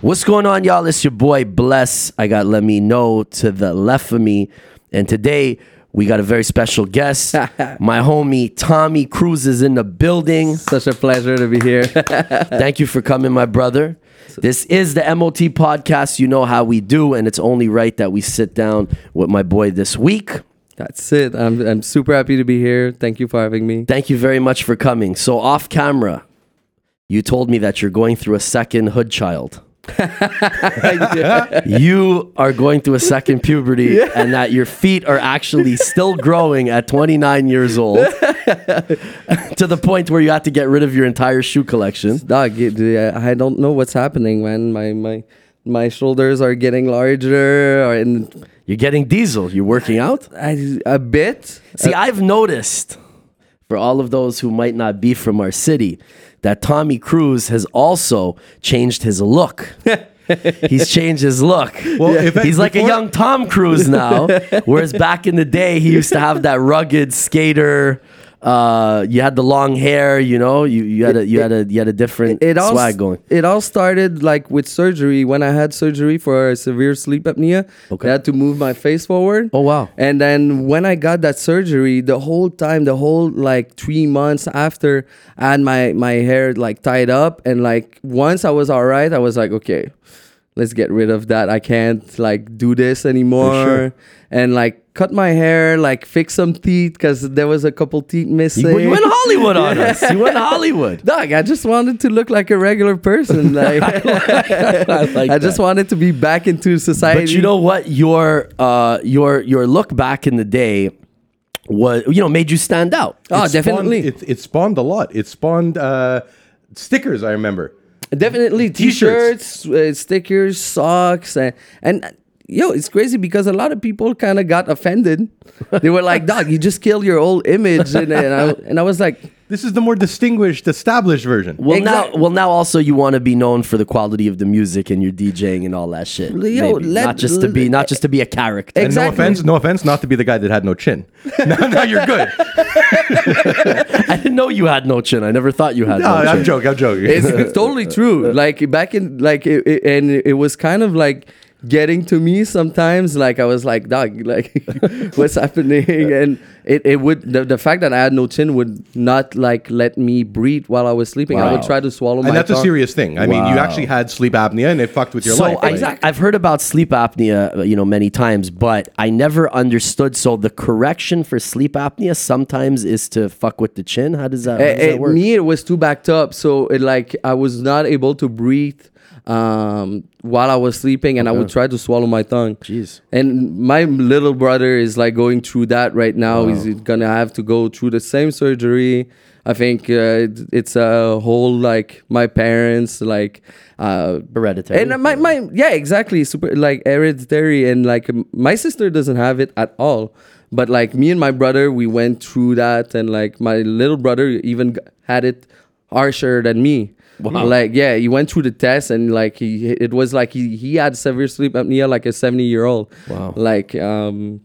What's going on, y'all? It's your boy Bless. I got Let Me Know to the left of me. And today we got a very special guest. My homie Tommy Cruz is in the building. Such a pleasure to be here. Thank you for coming, my brother. This is the MOT podcast. You know how we do, and it's only right that we sit down with my boy this week. That's it. I'm, I'm super happy to be here. Thank you for having me. Thank you very much for coming. So, off camera, you told me that you're going through a second hood child. you are going through a second puberty and that your feet are actually still growing at 29 years old to the point where you had to get rid of your entire shoe collection. Dog, it- yeah, I don't know what's happening, man. My my my shoulders are getting larger, or in, You're getting diesel. You're working out? I, a bit. See, I've noticed for all of those who might not be from our city that Tommy Cruz has also changed his look. He's changed his look. Well, if it- He's like a before- young Tom Cruise now, whereas back in the day he used to have that rugged skater. Uh, you had the long hair, you know. You you had a you had a you had a different It all swag going. It all started like with surgery. When I had surgery for severe sleep apnea, Okay. I had to move my face forward. Oh, wow. And then when I got that surgery, the whole time, the whole like three months after, I had my my hair like tied up, and like once I was all right, I was like, okay, let's get rid of that. I can't like do this anymore. And like cut my hair, like fix some teeth because there was a couple teeth missing. You, you went Hollywood on us. You went Hollywood. Dog, I just wanted to look like a regular person. Like, I, like I just that. wanted to be back into society. But you know what? Your uh, your your look back in the day was you know made you stand out. oh, It spawned- definitely, it, it spawned a lot. It spawned uh, stickers. I remember. definitely T-shirts. t-shirts, uh, stickers, socks, and and uh, yo, it's crazy because a lot of people kind of got offended. They were like, "Dog, you just killed your old image," and, and I and I was like, This is the more distinguished, established version. Well Exact- now, well now also you want to be known for the quality of the music and your DJing and all that shit. Yo, Maybe. let- not just to be not just to be a character. and no exactly. offense, no offense, not to be the guy that had no chin. now, now you're good. I didn't know you had no chin. I never thought you had No, no, chin. I'm joking. I'm joking. it's, it's totally true. Like back in like it, it- and it was kind of like getting to me sometimes. Like I was like, dog, like what's happening? And it, it would the, the fact that I had no chin would not like let me breathe while I was sleeping. I would Wow. try to swallow my. and that's a tongue. serious thing. I mean, you Wow. actually had sleep apnea, and it fucked with your so life. I, like- I've heard about sleep apnea, uh, you know, many times, but I never understood. So the correction for sleep apnea sometimes is to fuck with the chin. How does that, how does Eh, that eh, work? me, it was too backed up, so it like I was not able to breathe um while I was sleeping, and I would try to swallow my tongue. Jeez. And my little brother is like going through that right now. He's gonna have to go through the same surgery. I think uh, it- it's a whole like my parents like uh, Hereditary. And my my yeah exactly super like hereditary and like m- my sister doesn't have it at all. But like me and my brother, we went through that, and like my little brother even g- had it harsher than me. Wow. Like yeah, he went through the test, and like he it was like he he had severe sleep apnea, like a seventy year old. Wow. Like um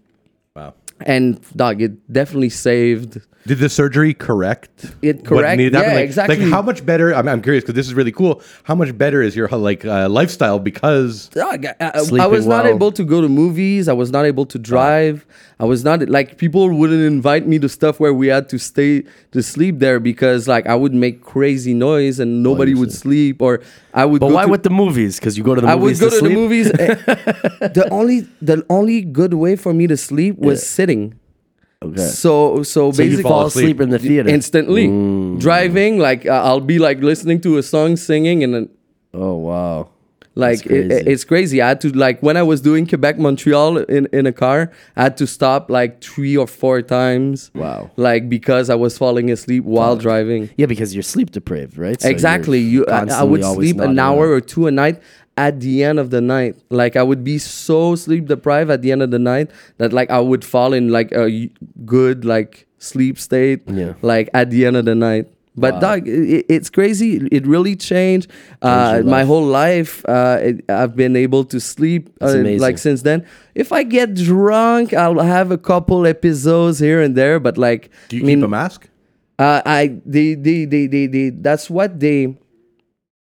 wow. and dog, it definitely saved. Did the surgery correct? It what correct- needed to happen? yeah, like, exactly. Like how much better? I'm, I'm curious because this is really cool. How much better is your like uh, lifestyle because? Dog, I, I- I Sleeping was not well. able to go to movies. I was not able to drive. I was not like people wouldn't invite me to stuff where we had to stay to sleep there because like I would make crazy noise and nobody would sleep or I would. but go why to, with the movies? Because you go to the I would movies go to, sleep? the movies. eh, the only the only good way for me to sleep was sitting. Okay. So So so basically you fall asleep, Mm. asleep. in the theater. instantly driving like uh, i'll be like listening to a song singing and then oh wow. like That's it, it- crazy. it's crazy i had to like when i was doing quebec montreal in, in a car i had to stop like three or four times Wow. like because i was falling asleep while driving Yeah, because you're sleep deprived, right? So you're exactly you I, I constantly would always sleep nodding an hour around. or two a night at the end of the night like i would be so sleep deprived at the end of the night that like i would fall in like a y- good like sleep state Yeah. like at the end of the night but dog it, it's crazy it really changed uh, your my life. whole life uh, it, i've been able to sleep uh, amazing. like since then if i get drunk i'll have a couple episodes here and there but like Do you I mean, keep a mask? uh, I they, they they they they that's what they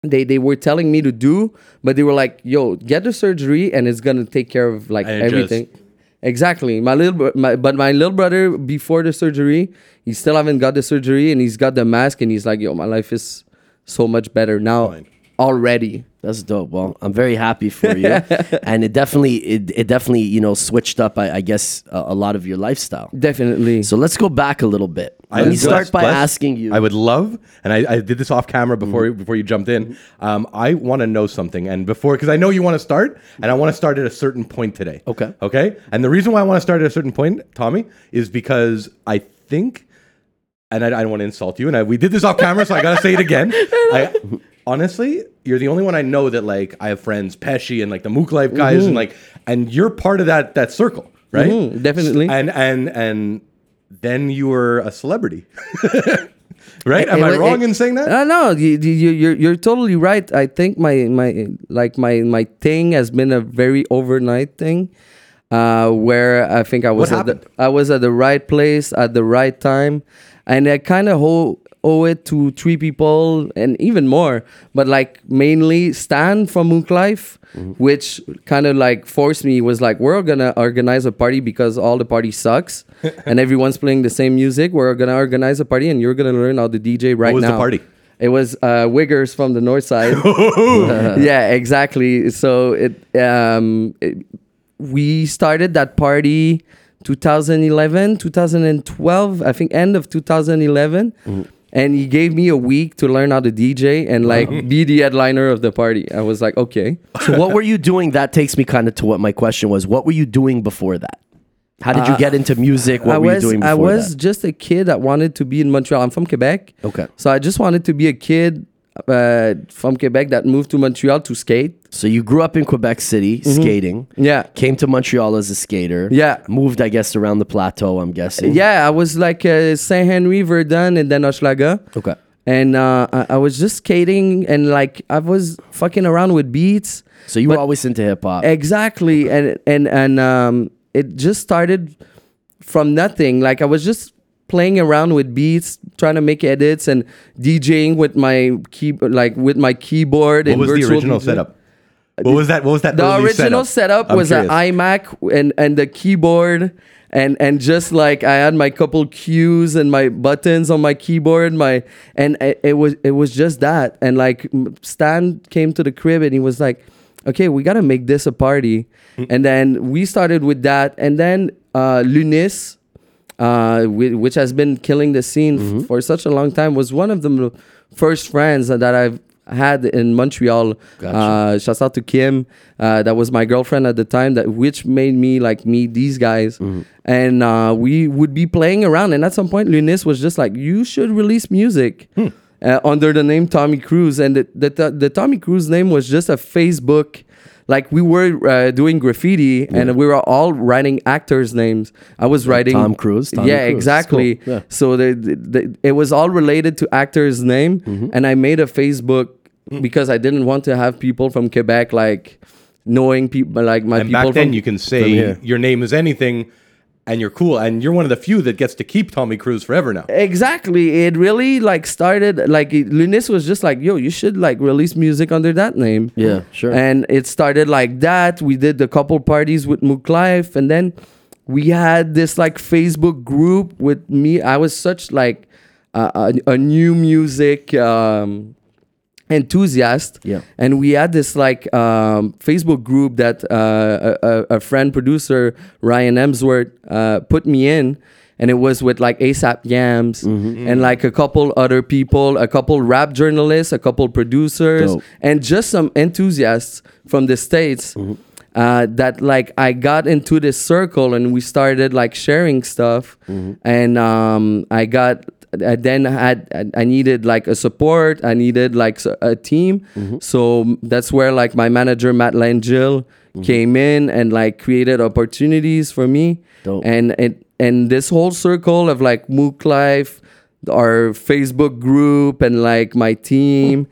they they were telling me to do, but they were like, "Yo, get the surgery, and it's gonna take care of like And adjust. everything." Exactly. My little, bro- my, but my little brother before the surgery, he still haven't got the surgery, and he's got the mask, and he's like, "Yo, my life is so much better now Fine. already." That's dope. Well, I'm very happy for you, and it definitely, it, it definitely, you know, switched up. I, I guess a, a lot of your lifestyle. Definitely. So let's go back a little bit. Let I me would start bless- by bless- asking you. Mm-hmm. I would love, and I, I did this off camera before before you jumped in. Um, I want to know something, and before because I know you want to start, and I want to start at a certain point today. Okay. Okay. And the reason why I want to start at a certain point, Tommy, is because I think, and I, I don't want to insult you, and I, we did this off camera, so I gotta say it again. I, honestly, you're the only one I know that like I have friends, Pesci, and like the Mook Life guys, Mm-hmm. and like, and you're part of that that circle, right? Mhm, definitely. And and and then you were a celebrity. right? Am it Ah. I was- wrong it- in saying that? No, Uh, no, you, you, you're you're totally right. I think my my like my my thing has been a very overnight thing, uh, where I think I was at the, happened? I was at the right place at the right time, and I kind of owe owe it to three people and even more, but like mainly Stan from Mook Life, Mm-hmm. which kind of like forced me was like we're gonna organize a party because all the party sucks and everyone's playing the same music. We're gonna organize a party and you're gonna learn how the DJ right What was the now. party? It was uh, Wiggers from the north side. yeah, exactly. So it, um, it- we started that party 2011, 2012, I think end of 2011. Mm-hmm. And he gave me a week to learn how to DJ and like be the headliner of the party. I was like, okay. so what were you doing? That takes me kind of to what my question was. What were you doing before that? How did you get into music? What Uh, I were was, you doing before I was that? just a kid that wanted to be in Montreal. I'm from Quebec. Okay. So I just wanted to be a kid uh, from Quebec that moved to Montreal to skate. So you grew up in Quebec City Mm-hmm. skating. Yeah. Came to Montreal as a skater. Yeah. Moved, I guess, around the plateau. I'm guessing. Yeah, I was like uh, Saint Henry, Verdun, and then Oshlaga. Okay. And uh, I, I was just skating and like I was fucking around with beats. So you were always into hip hop. Exactly. And and and um, it just started from nothing. Like I was just playing around with beats, trying to make edits and DJing with my key like with my keyboard What and was the virtual original DJ. setup? Uh, What was that? What was that? The early original setup, I'm was an curious. iMac and and the keyboard and and just like I had my couple cues and my buttons on my keyboard, my and it, it was it was just that. And like m- Stan came to the crib and he was like, "Okay, we gotta make this a party." Mm. And then we started with that, and then uh, Lunis. Uh, whi- which has been killing the scene f- for such a long time was one of the m- first friends that I've had in Montreal uh, shout out to Kim. Uh, that was my girlfriend at the time. That which made me like meet these guys, and uh, we would be playing around. And at some point, Lunis was just like, "You should release music." Uh, under the name Tommy Cruise, and the, the the Tommy Cruise name was just a Facebook, like we were uh, doing graffiti, and we were all writing actors' names. I was writing Tom Cruise, Tommy yeah, Cruise. It's exactly. cool. Yeah. So the, the, the- it was all related to actor's name, Mm-hmm. and I made a Facebook because I didn't want to have people from Quebec like knowing people like my And people. back then, from- you can here. say your name is anything, and you're cool, and you're one of the few that gets to keep Tommy Cruise forever Eh. now. exactly. It really like started like it- Lunis was just like, yo, you should like release music under that name. Yeah, sure. And it started like that. We did the couple parties with Mook Life, and then we had this like Facebook group with me. I was such like a, a, a new music. Um, enthusiast Yeah. and we had this like um, facebook group that uh, a, a a friend producer ryan emsworth uh, put me in and it was with like asap yams Mm-hmm. and like a couple other people a couple rap journalists a couple producers Dope. and just some enthusiasts from the states Mm-hmm. uh, that like I got into this circle and we started like sharing stuff, Mm-hmm. and um, I got I then had I- I needed like a support, I needed like s- a team, Mm-hmm. so that's where like my manager Matt Langell Mm-hmm. came in and like created opportunities for me, Dope. and it and this whole circle of like Mook Life, our Facebook group, and like my team.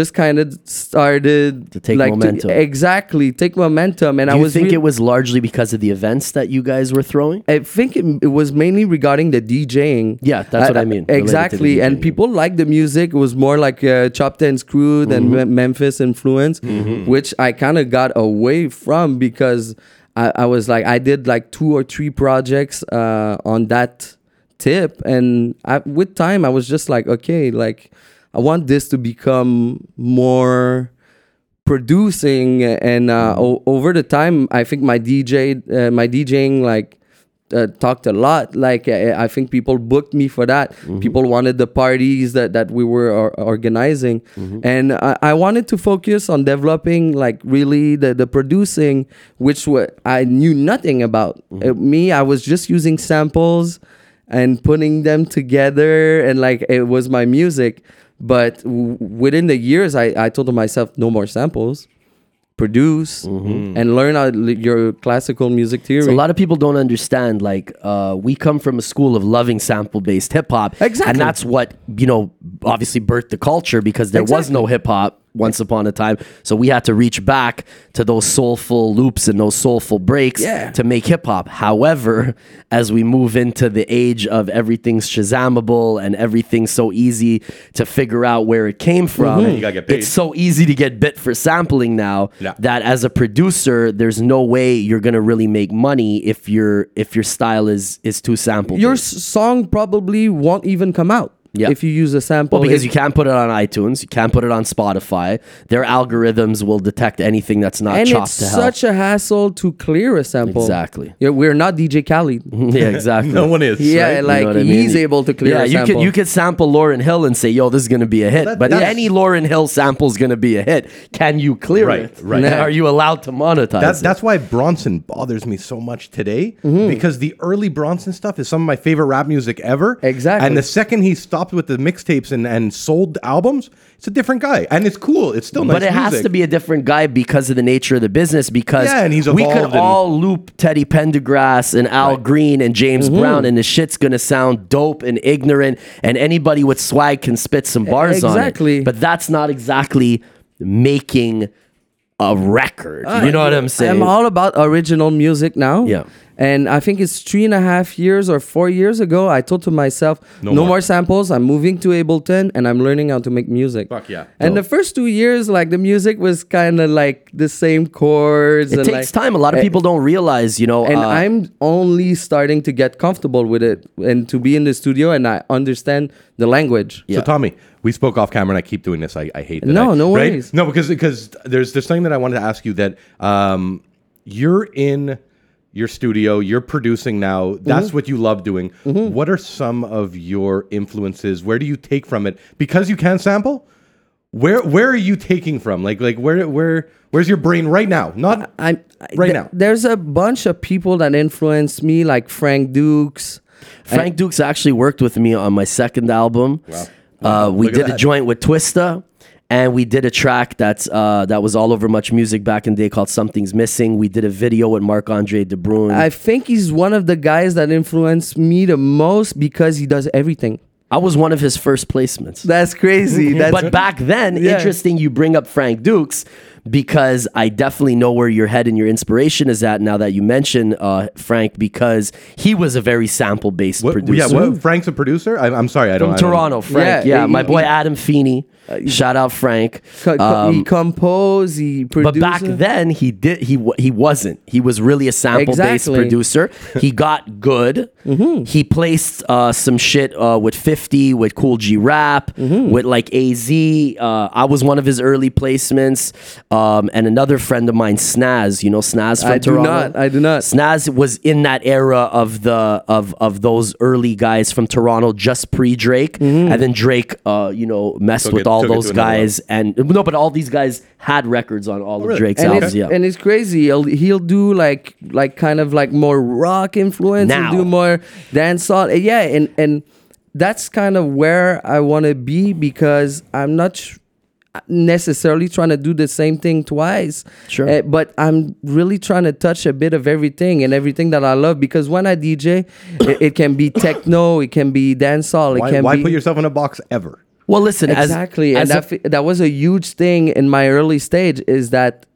just kind of started Mm-hmm. To take momentum. exactly, take momentum. And Do I you was think re- it was largely because of the events that you guys were throwing? I think it, it was mainly regarding the DJing. Yeah, that's what I mean, related to the E Exactly. And DJing. people liked the music. It was more like uh, Chopped and Screwed and Mm-hmm. Mem- Memphis influence, which I kind of got away from because I, I was like, I did like two or three projects uh, on that tip. And I, with time, I was just like, okay, like, I want this to become more producing and uh, o- over the time i think my dj uh, my djing like uh, talked a lot like I, I think people booked me for that people wanted the parties that, that we were or- organizing and I, I wanted to focus on developing like really the, the producing which wa- i knew nothing about Uh, me i was just using samples and putting them together and like it was my music but w- within the years I, I told myself no more samples produce and learn out li- your classical music theory So Mm-hmm. a lot of people don't understand. Like, uh, we come from a school of loving sample-based hip hop, Exactly. and that's what you know. Obviously, birthed the culture because there was Exactly. no hip hop once upon a time. So we had to reach back to those soulful loops and those soulful breaks Yeah. to make hip hop. However, as we move into the age of everything's Shazamable and everything's so easy to figure out where it came from, Mm-hmm. You gotta get paid. it's so easy to get bit for sampling now Yeah. that as a producer there's no way you're gonna really make money if your if your style is is too sample your s- song probably won't even come out Yeah. if you use a sample well, because It- you can't put it on iTunes, you can't put it on Spotify. Their algorithms will detect anything that's not and chopped it's to hell. such a hassle to clear a sample Exactly. Mm-hmm. yeah, we're not dj khaled yeah, exactly. No one is. yeah right? You know like what I mean? he's able to clear Yeah, a you sample could you could sample Lauren Hill and say, "Yo, this is gonna be a hit." that- but that's- any Lauren Hill sample is gonna be a hit. Can you clear Right, it? right. And Are you allowed to monetize? That, it? Mm-hmm. that's why Bronson bothers me so much today because the early Bronson stuff is some of my favorite rap music ever. Exactly. And the second he stopped with the mixtapes and, and sold albums, it's a different guy. And it's cool. It's still nice but it has music. to be a different guy because of the nature of the business. Because Yeah, and he's we could evolved and- all loop Teddy Pendergrass and Al Green and James Brown, and the shit's gonna sound dope and ignorant, and anybody with swag can spit some bars on exactly. it. But that's not exactly making a record. you know what I'm saying? Uh, I'm all about original music now. Yeah. And I think it's three and a half years or four years ago, I told to myself, no, more. more. samples. I'm moving to Ableton and I'm learning how to make music. Fuck yeah. And the first two years, like the music was kind of like the same chords. it and takes like, time. A lot of people don't realize. You know, And uh, I'm only starting to get comfortable with it and to be in the studio and I understand the language. Yeah. So Tommy, we spoke off camera, and I keep doing this. I, I hate that. No, I- no right? worries. No, because because there's there's something that I wanted to ask you that um, you're in your studio, you're producing now. That's Mm-hmm. what you love doing. What are some of your influences? Where do you take from it? Because you can sample. Where where are you taking from? Like like where where where's your brain right now? Not I'm Right th- now. There's a bunch of people that influenced me, like Frank Dukes. Frank Dukes actually worked with me on my second album. Uh, we Look at did a that. joint with Twista, and we did a track that's uh, that was all over Much Music back in the day called "Something's Missing." We did a video with Marc Andre De Bruin. I i think he's one of the guys that influenced me the most because he does everything. was one of his first placements. That's crazy. That's but back then, Yeah. interesting you bring up Frank Dukes because I definitely know where your head and your inspiration is at now that you mention uh, Frank because he was a very sample based what, producer. yeah. What, Frank's a producer. I, I'm sorry, I don't. From I don't- Toronto, Frank. Yeah, Yeah, he- my boy he- Adam Feeney. Shout out Frank. co- co- Um, he compose, he but produce. back then he did he wa- he wasn't. He was really a sample based Exactly. Mm-hmm. producer. He got good. He placed uh, some shit uh, with Fifty, with Cool G Rap, Mm-hmm. with like Az. Uh, I was one of his early placements, um, and another friend of mine, Snaz. You know Snaz from I do Toronto. not. I do not. Snaz was in that era of the of of those early guys from Toronto, just pre Drake, Mm-hmm. and then Drake, uh, you know, messed Took with it- all took it those to another guys, and no, but all these guys had records on all of really? Drake's Oh, and albums. it's, Yeah, and it's crazy. He'll, he'll do like like kind of like more rock influence. Now. He'll do more dancehall. Uh, Yeah, and and that's kind of where I want to be because I'm not sh- necessarily trying to do the same thing twice. Sure. Uh, but I'm really trying to touch a bit of everything and everything that I love because when I DJ, it, it can be techno, it can be dancehall, it Why, can why be put yourself in a box ever? Well, listen, as- exactly as, and that, a- fe- that was a huge thing in my early stage is that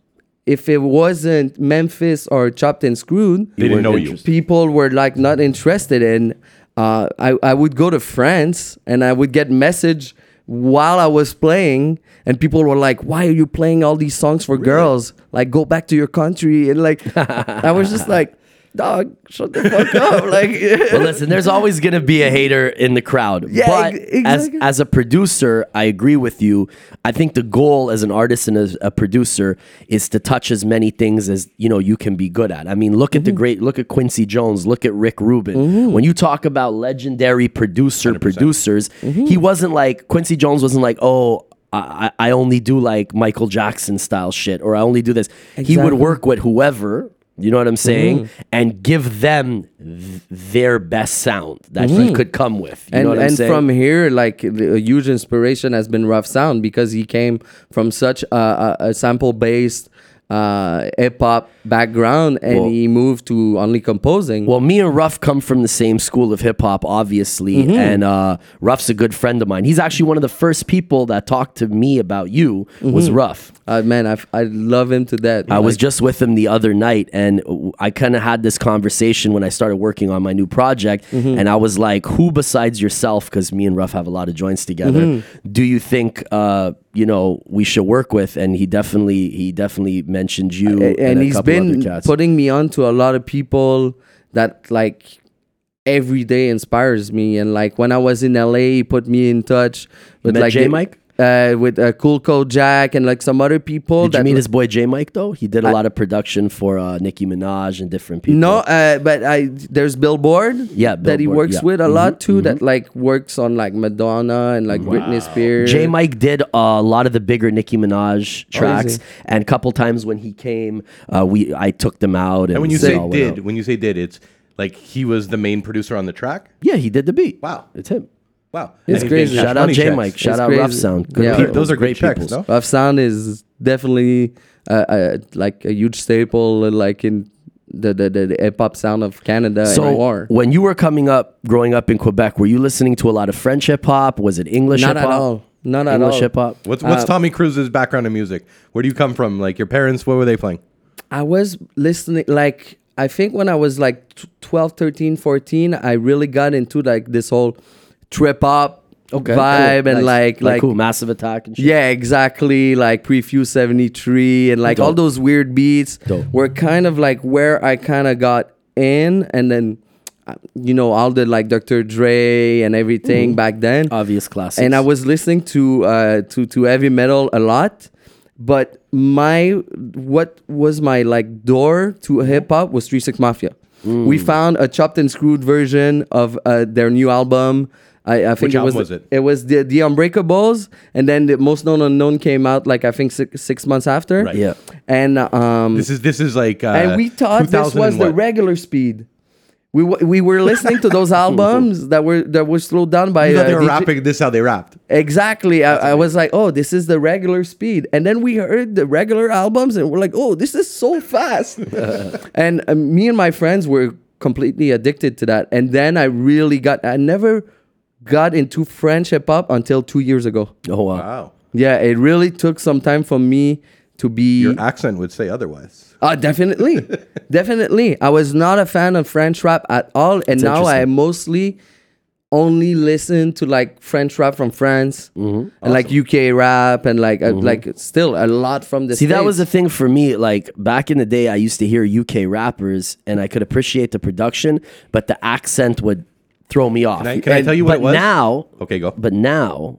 if it wasn't memphis or chopped and screwed They didn't weren't know you. interested. people were like not interested in uh, I, I would go to france and i would get message while i was playing and people were like why are you playing all these songs for girls like go back to your country and like i was just like dog shut the fuck up like But listen, there's always gonna be a hater in the crowd. Yeah, but ex- exactly. as as a producer, I agree with you. I think the goal as an artist and as a producer is to touch as many things as you know you can be good at. I mean, look at the Mm-hmm. great, look at Quincy Jones, look at Rick Rubin. When you talk about legendary producer producers, Mm-hmm. he wasn't like Quincy Jones wasn't like oh. I, I I only do like Michael Jackson style shit, or I only do this. He would Exactly. Mm-hmm. work with whoever, you know what I'm saying, and give them th- their best sound that he could come with. You Mm-hmm. and know what I'm and saying? from here, like the, a huge inspiration has been Rough Sound because he came from such a, a, a sample based uh, hip hop background, and Well- he moved to only composing. Well, me and Ruff come from the same school of hip hop, obviously, Mm-hmm. and uh, Ruff's a good friend of mine. He's actually one of the first people that talked to me about you. Was Ruff? uh, man, I, f- I love him to death. I was just with him the other night, and w- I kind of had this conversation when I started working on my new project, Mm-hmm. and I was like, "Who besides yourself? Because me and Ruff have a lot of joints together. Mm-hmm. Do you think uh, you know we should work with?" And he definitely, he definitely mentioned you, A- and a he's couple other been cats. putting me on to a lot of people that like every day inspires me and like when i was in la he put me in touch with Met like J the- Mike? uh, with uh, cool code jack and like some other people Did that you meet his boy J Mike though? He did a lot of production for uh, Nicki Minaj and different people. No, uh, but I there's Billboard. Yeah, that he Billboard, works yeah. Mm-hmm, with a lot too. That like works on like Madonna and like Britney Spears. J Mike did a lot of the bigger Nicki Minaj tracks, Crazy. and a couple times when he came, uh, we I took them out. And, And when you they say all went did, out. when you say did, it's like he was the main producer on the track. yeah, he did the beat. Wow. it's him. Wow, It's And he's crazy. getting cash Shout out money J checks. Mike. Shout It's out crazy. Rough Sound. Good Yeah. people. Those are great checks, peoples. no? Rough Sound is definitely uh, uh, like a huge staple, uh, like in the the, the, the hip hop sound of Canada So and more. when you were coming up, growing up in Quebec, were you listening to a lot of French hip hop? Was it English Not hip at hop? all. Not at English all. hip hop. What's what's Tommy Cruise's background in music? Where do you come from? Like your parents, what were they playing? I was listening like I think when I was like tw- 12, 13, 14, I really got into like this whole trip hop vibe and like Oh, like like who? Massive Attack and shit. Yeah, exactly. Like Prefuse 73 and like all Dope. those weird beats Dope. were kind of like where I kind of got in. And then, uh, you know, all the like Dr. Dre and everything Mm. back then. Obvious classics. and I was listening to, uh, to, to heavy metal a lot. But my, what was my like door to hip hop was 36 Mafia. Mm. We found a chopped and screwed version of uh, their new album. I, I think Which it album was, was it? it was the the Unbreakables, and then the Most Known Unknown came out like I think six, six months after. Right. Yeah. And um, This is this is like uh, and we thought this 2000 was and the what? regular speed. We, w- we were listening to those albums that were that were slowed down by You thought uh, they were DJ rapping. This is how they rapped. Exactly. I, I was like, oh, this is the regular speed. And then we heard the regular albums and we're like, oh, this is so fast. and uh, me and my friends were completely addicted to that. And then I really got, I never got into French hip hop until two years ago. oh wow. Wow, Yeah, it really took some time for me to be. your accent would say otherwise. Uh, definitely. definitely. I was not a fan of French rap at all. And now I interesting. mostly only listen to like French rap from France Mm-hmm. and like UK rap and like, uh, like still a lot from the See, that was States. the thing for me. Like back in the day, I used to hear UK rappers, and I could appreciate the production, but the accent would throw me off. Can I, can I And- tell you what but it was? Now, okay, go. but now,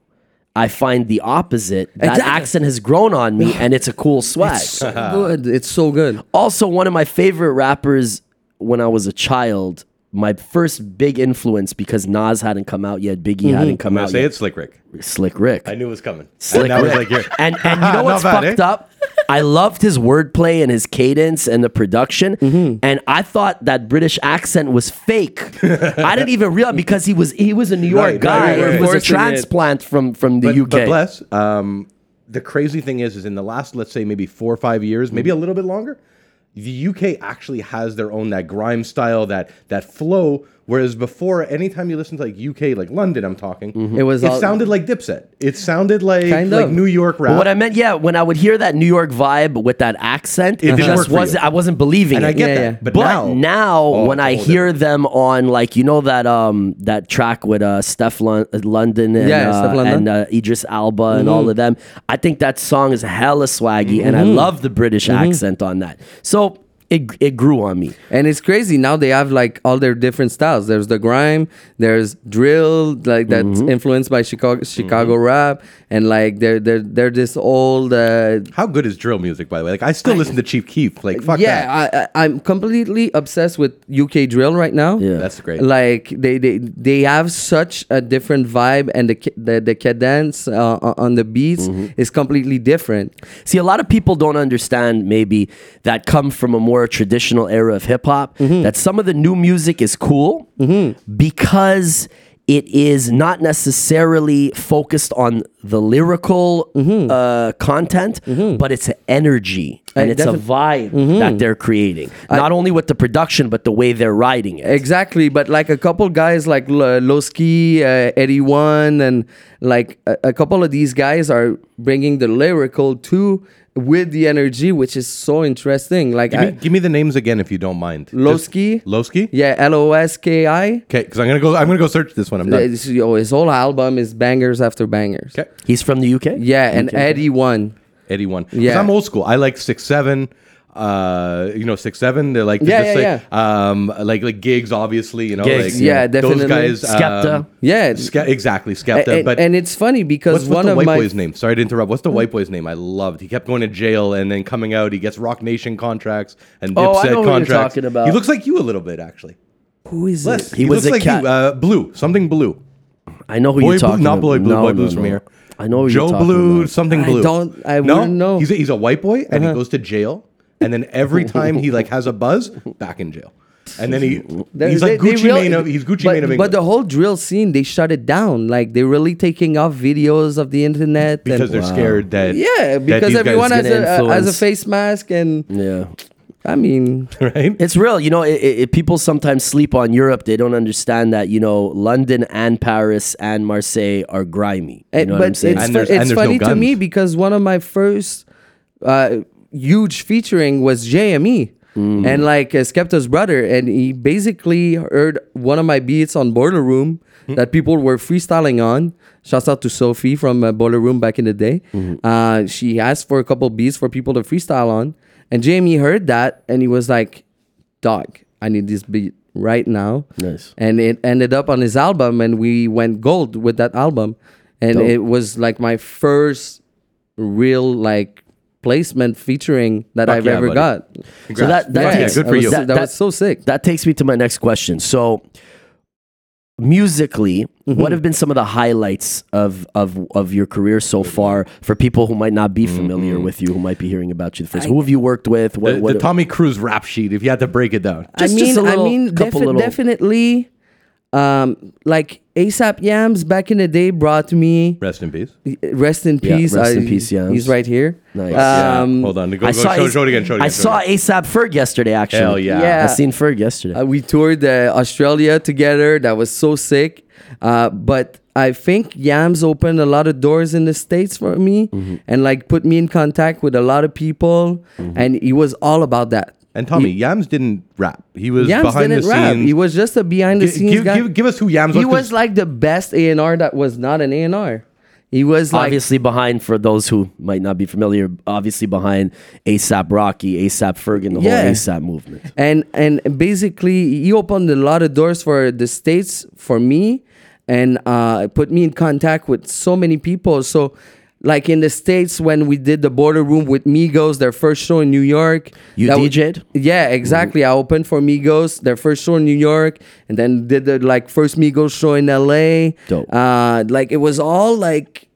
I find the opposite. That Exactly. accent has grown on me, and it's a cool swag. It's so good. It's so good. also, one of my favorite rappers when I was a child. My first big influence because Nas hadn't come out yet, Biggie hadn't come I'm gonna out Mm-hmm. say yet. it's Slick Rick. Slick Rick. I knew it was coming. Slick and that was Rick. like your and and you know what's Not bad, fucked eh? up? I loved his wordplay and his cadence and the production, Mm-hmm. and I thought that British accent was fake. I didn't even realize because he was he was a New York Right, right, guy. right, He right. was a Forcing it. transplant from from the but, UK. but bless. Um, the crazy thing is, is in the last, let's say, maybe four or five years, maybe a little bit longer, the UK actually has their own that grime style, that that flow, Whereas before, anytime you listen to like UK, like London, I'm talking, It was it all- sounded like Dipset. It sounded like Kind like of. New York rap. But what I meant, yeah, when I would hear that New York vibe with that accent, It it, didn't work just for you. was I wasn't believing and it. I get Yeah, that. yeah. But, But now, now, Oh, when it's a I whole hear them on like you know that um that track with uh Steph Lon- London and Yeah, uh, Steph London. and uh, Idris Alba and Mm-hmm. all of them, I think that song is hella swaggy, and I love the British Mm-hmm. accent on that. So it it grew on me. And it's crazy now they have like all their different styles. There's the grime, there's drill, like that's Mm-hmm. influenced by Chicago Chicago rap, and like they're they're they're this old. Uh, how good is drill music? By the way, like I still listen to Chief Keef. Like fuck that. yeah, I, I, I'm completely obsessed with UK drill right now. Yeah. That's great. Like they they they have such a different vibe, and the ca- the, the cadence uh, o- on the beats Mm-hmm. is completely different. See, a lot of people don't understand maybe that come from a more traditional era of hip hop Mm-hmm. that some of the new music is cool because it is not necessarily focused on the lyrical Mm-hmm. uh, content, but it's an energy and I it's a defi- vibe Mm-hmm. that they're creating. not only with the production, but the way they're writing it. Exactly, but like a couple guys like L- Lowski, uh, Eddie One, and like a, a couple of these guys are bringing the lyrical too with the energy, which is so interesting. Like Give me, I, give me the names again if you don't mind. Just- Lowski, Lowski. yeah, L O S K I. Okay, because I'm gonna go. I'm gonna go search this one. I'm done. It's- yo, His whole album is bangers after bangers. Okay, He's from the UK? Yeah, and Eddie One. Eddie one. 'Cause Yeah. I'm old school. I like six seven. Uh, you know six seven. They're like Yeah, just yeah, like um like like gigs obviously. You know Gigs, like yeah, Those definitely. guys. Um, Skepta. Yeah, Ske- exactly and, Skepta. and- but and it's funny because what's, what's one the of white my boy's name? Sorry to interrupt. What's the white boy's name? I loved. He kept going to jail and then coming out. He gets Rock Nation contracts and Oh, I know Dipset who you're contracts. talking about. He looks like you a little bit actually. who is Less. it? He, was looks a like cat. you. Uh, blue. Something blue. I know who Boy you're Blue, talking not about. Boy Blue. No, Boy no, Blue's no. from here. I know who Joe you're talking Blue, about. something I blue. don't- I no? wouldn't know. He's a, he's a white boy, and he goes to jail, and then every time he like has a buzz, back in jail, and then he They- he's like they- they Gucci really- Mane of he's Gucci but, Mane of England But the whole drill scene, they shut it down. Like they're really taking off videos of the internet and- because they're scared that yeah, that because these everyone guys, has gonna a, has a influence. face mask and Yeah. I mean, right. It's real, you know. It, it, it- people sometimes sleep on Europe. They don't understand that you know London and Paris and Marseille are grimy. You and- know Eh, but what I'm saying? it's, And fu- there's- it's and there's no funny to guns. me because one of my first uh, huge featuring was JME. Hmm. And like uh, Skepta's brother, and he basically heard one of my beats on Boiler Room Hmm. that people were freestyling on. Shouts out to Sophie from uh, Boiler Room back in the day. Mm-hmm. Uh, she asked for a couple beats for people to freestyle on, and Jamie heard that, and he was like, dog, I need this beat right now. Nice. And it ended up on his album, and we went gold with that album. And Dope. it was like my first real like placement featuring that Fuck I've yeah, ever buddy. got. so that that yeah, takes, good I for was- you. That, was so sick. that takes me to my next question. So, musically, what have been some of the highlights of of of your career so far for people who might not be familiar with you, who might be hearing about you the first? who have you worked with? What, the, what the Tommy Cruise rap sheet. If you had to break it down, Just- I just mean, a little- I mean, couple defi- little- definitely. Um, like ASAP Yams back in the day brought me. rest in peace. Rest in Yeah, peace. rest in I- peace, Yams. He's right here. Nice. Yeah, Um, hold on, go, go, uh, I saw show, Ace- show it again. Show it again. I show it saw again. ASAP Ferg yesterday. Actually, Hell yeah. Yeah. I seen Ferg yesterday. Uh, we toured uh, Australia together. That was so sick. Uh, but I think Yams opened a lot of doors in the States for me Mm-hmm. and like put me in contact with a lot of people. Mm-hmm. And he was all about that. And Tommy Yams didn't rap. He was Yams behind didn't the rap. scenes. He was just a behind the Gi- scenes give, guy. give, give us who Yams he was, 'cause was like the best A&R that was not an A&R. He was like obviously behind for those who might not be familiar obviously behind asap rocky asap ferg and the Yeah. whole asap movement and and basically he opened a lot of doors for the states for me and uh put me in contact with so many people so like in the states when we did the border room with migos their first show in new york you that wa- dj'd yeah, exactly. I opened for Migos, their first show in New York, and then did the like first Migos show in LA. Dope. Uh, like it was all like,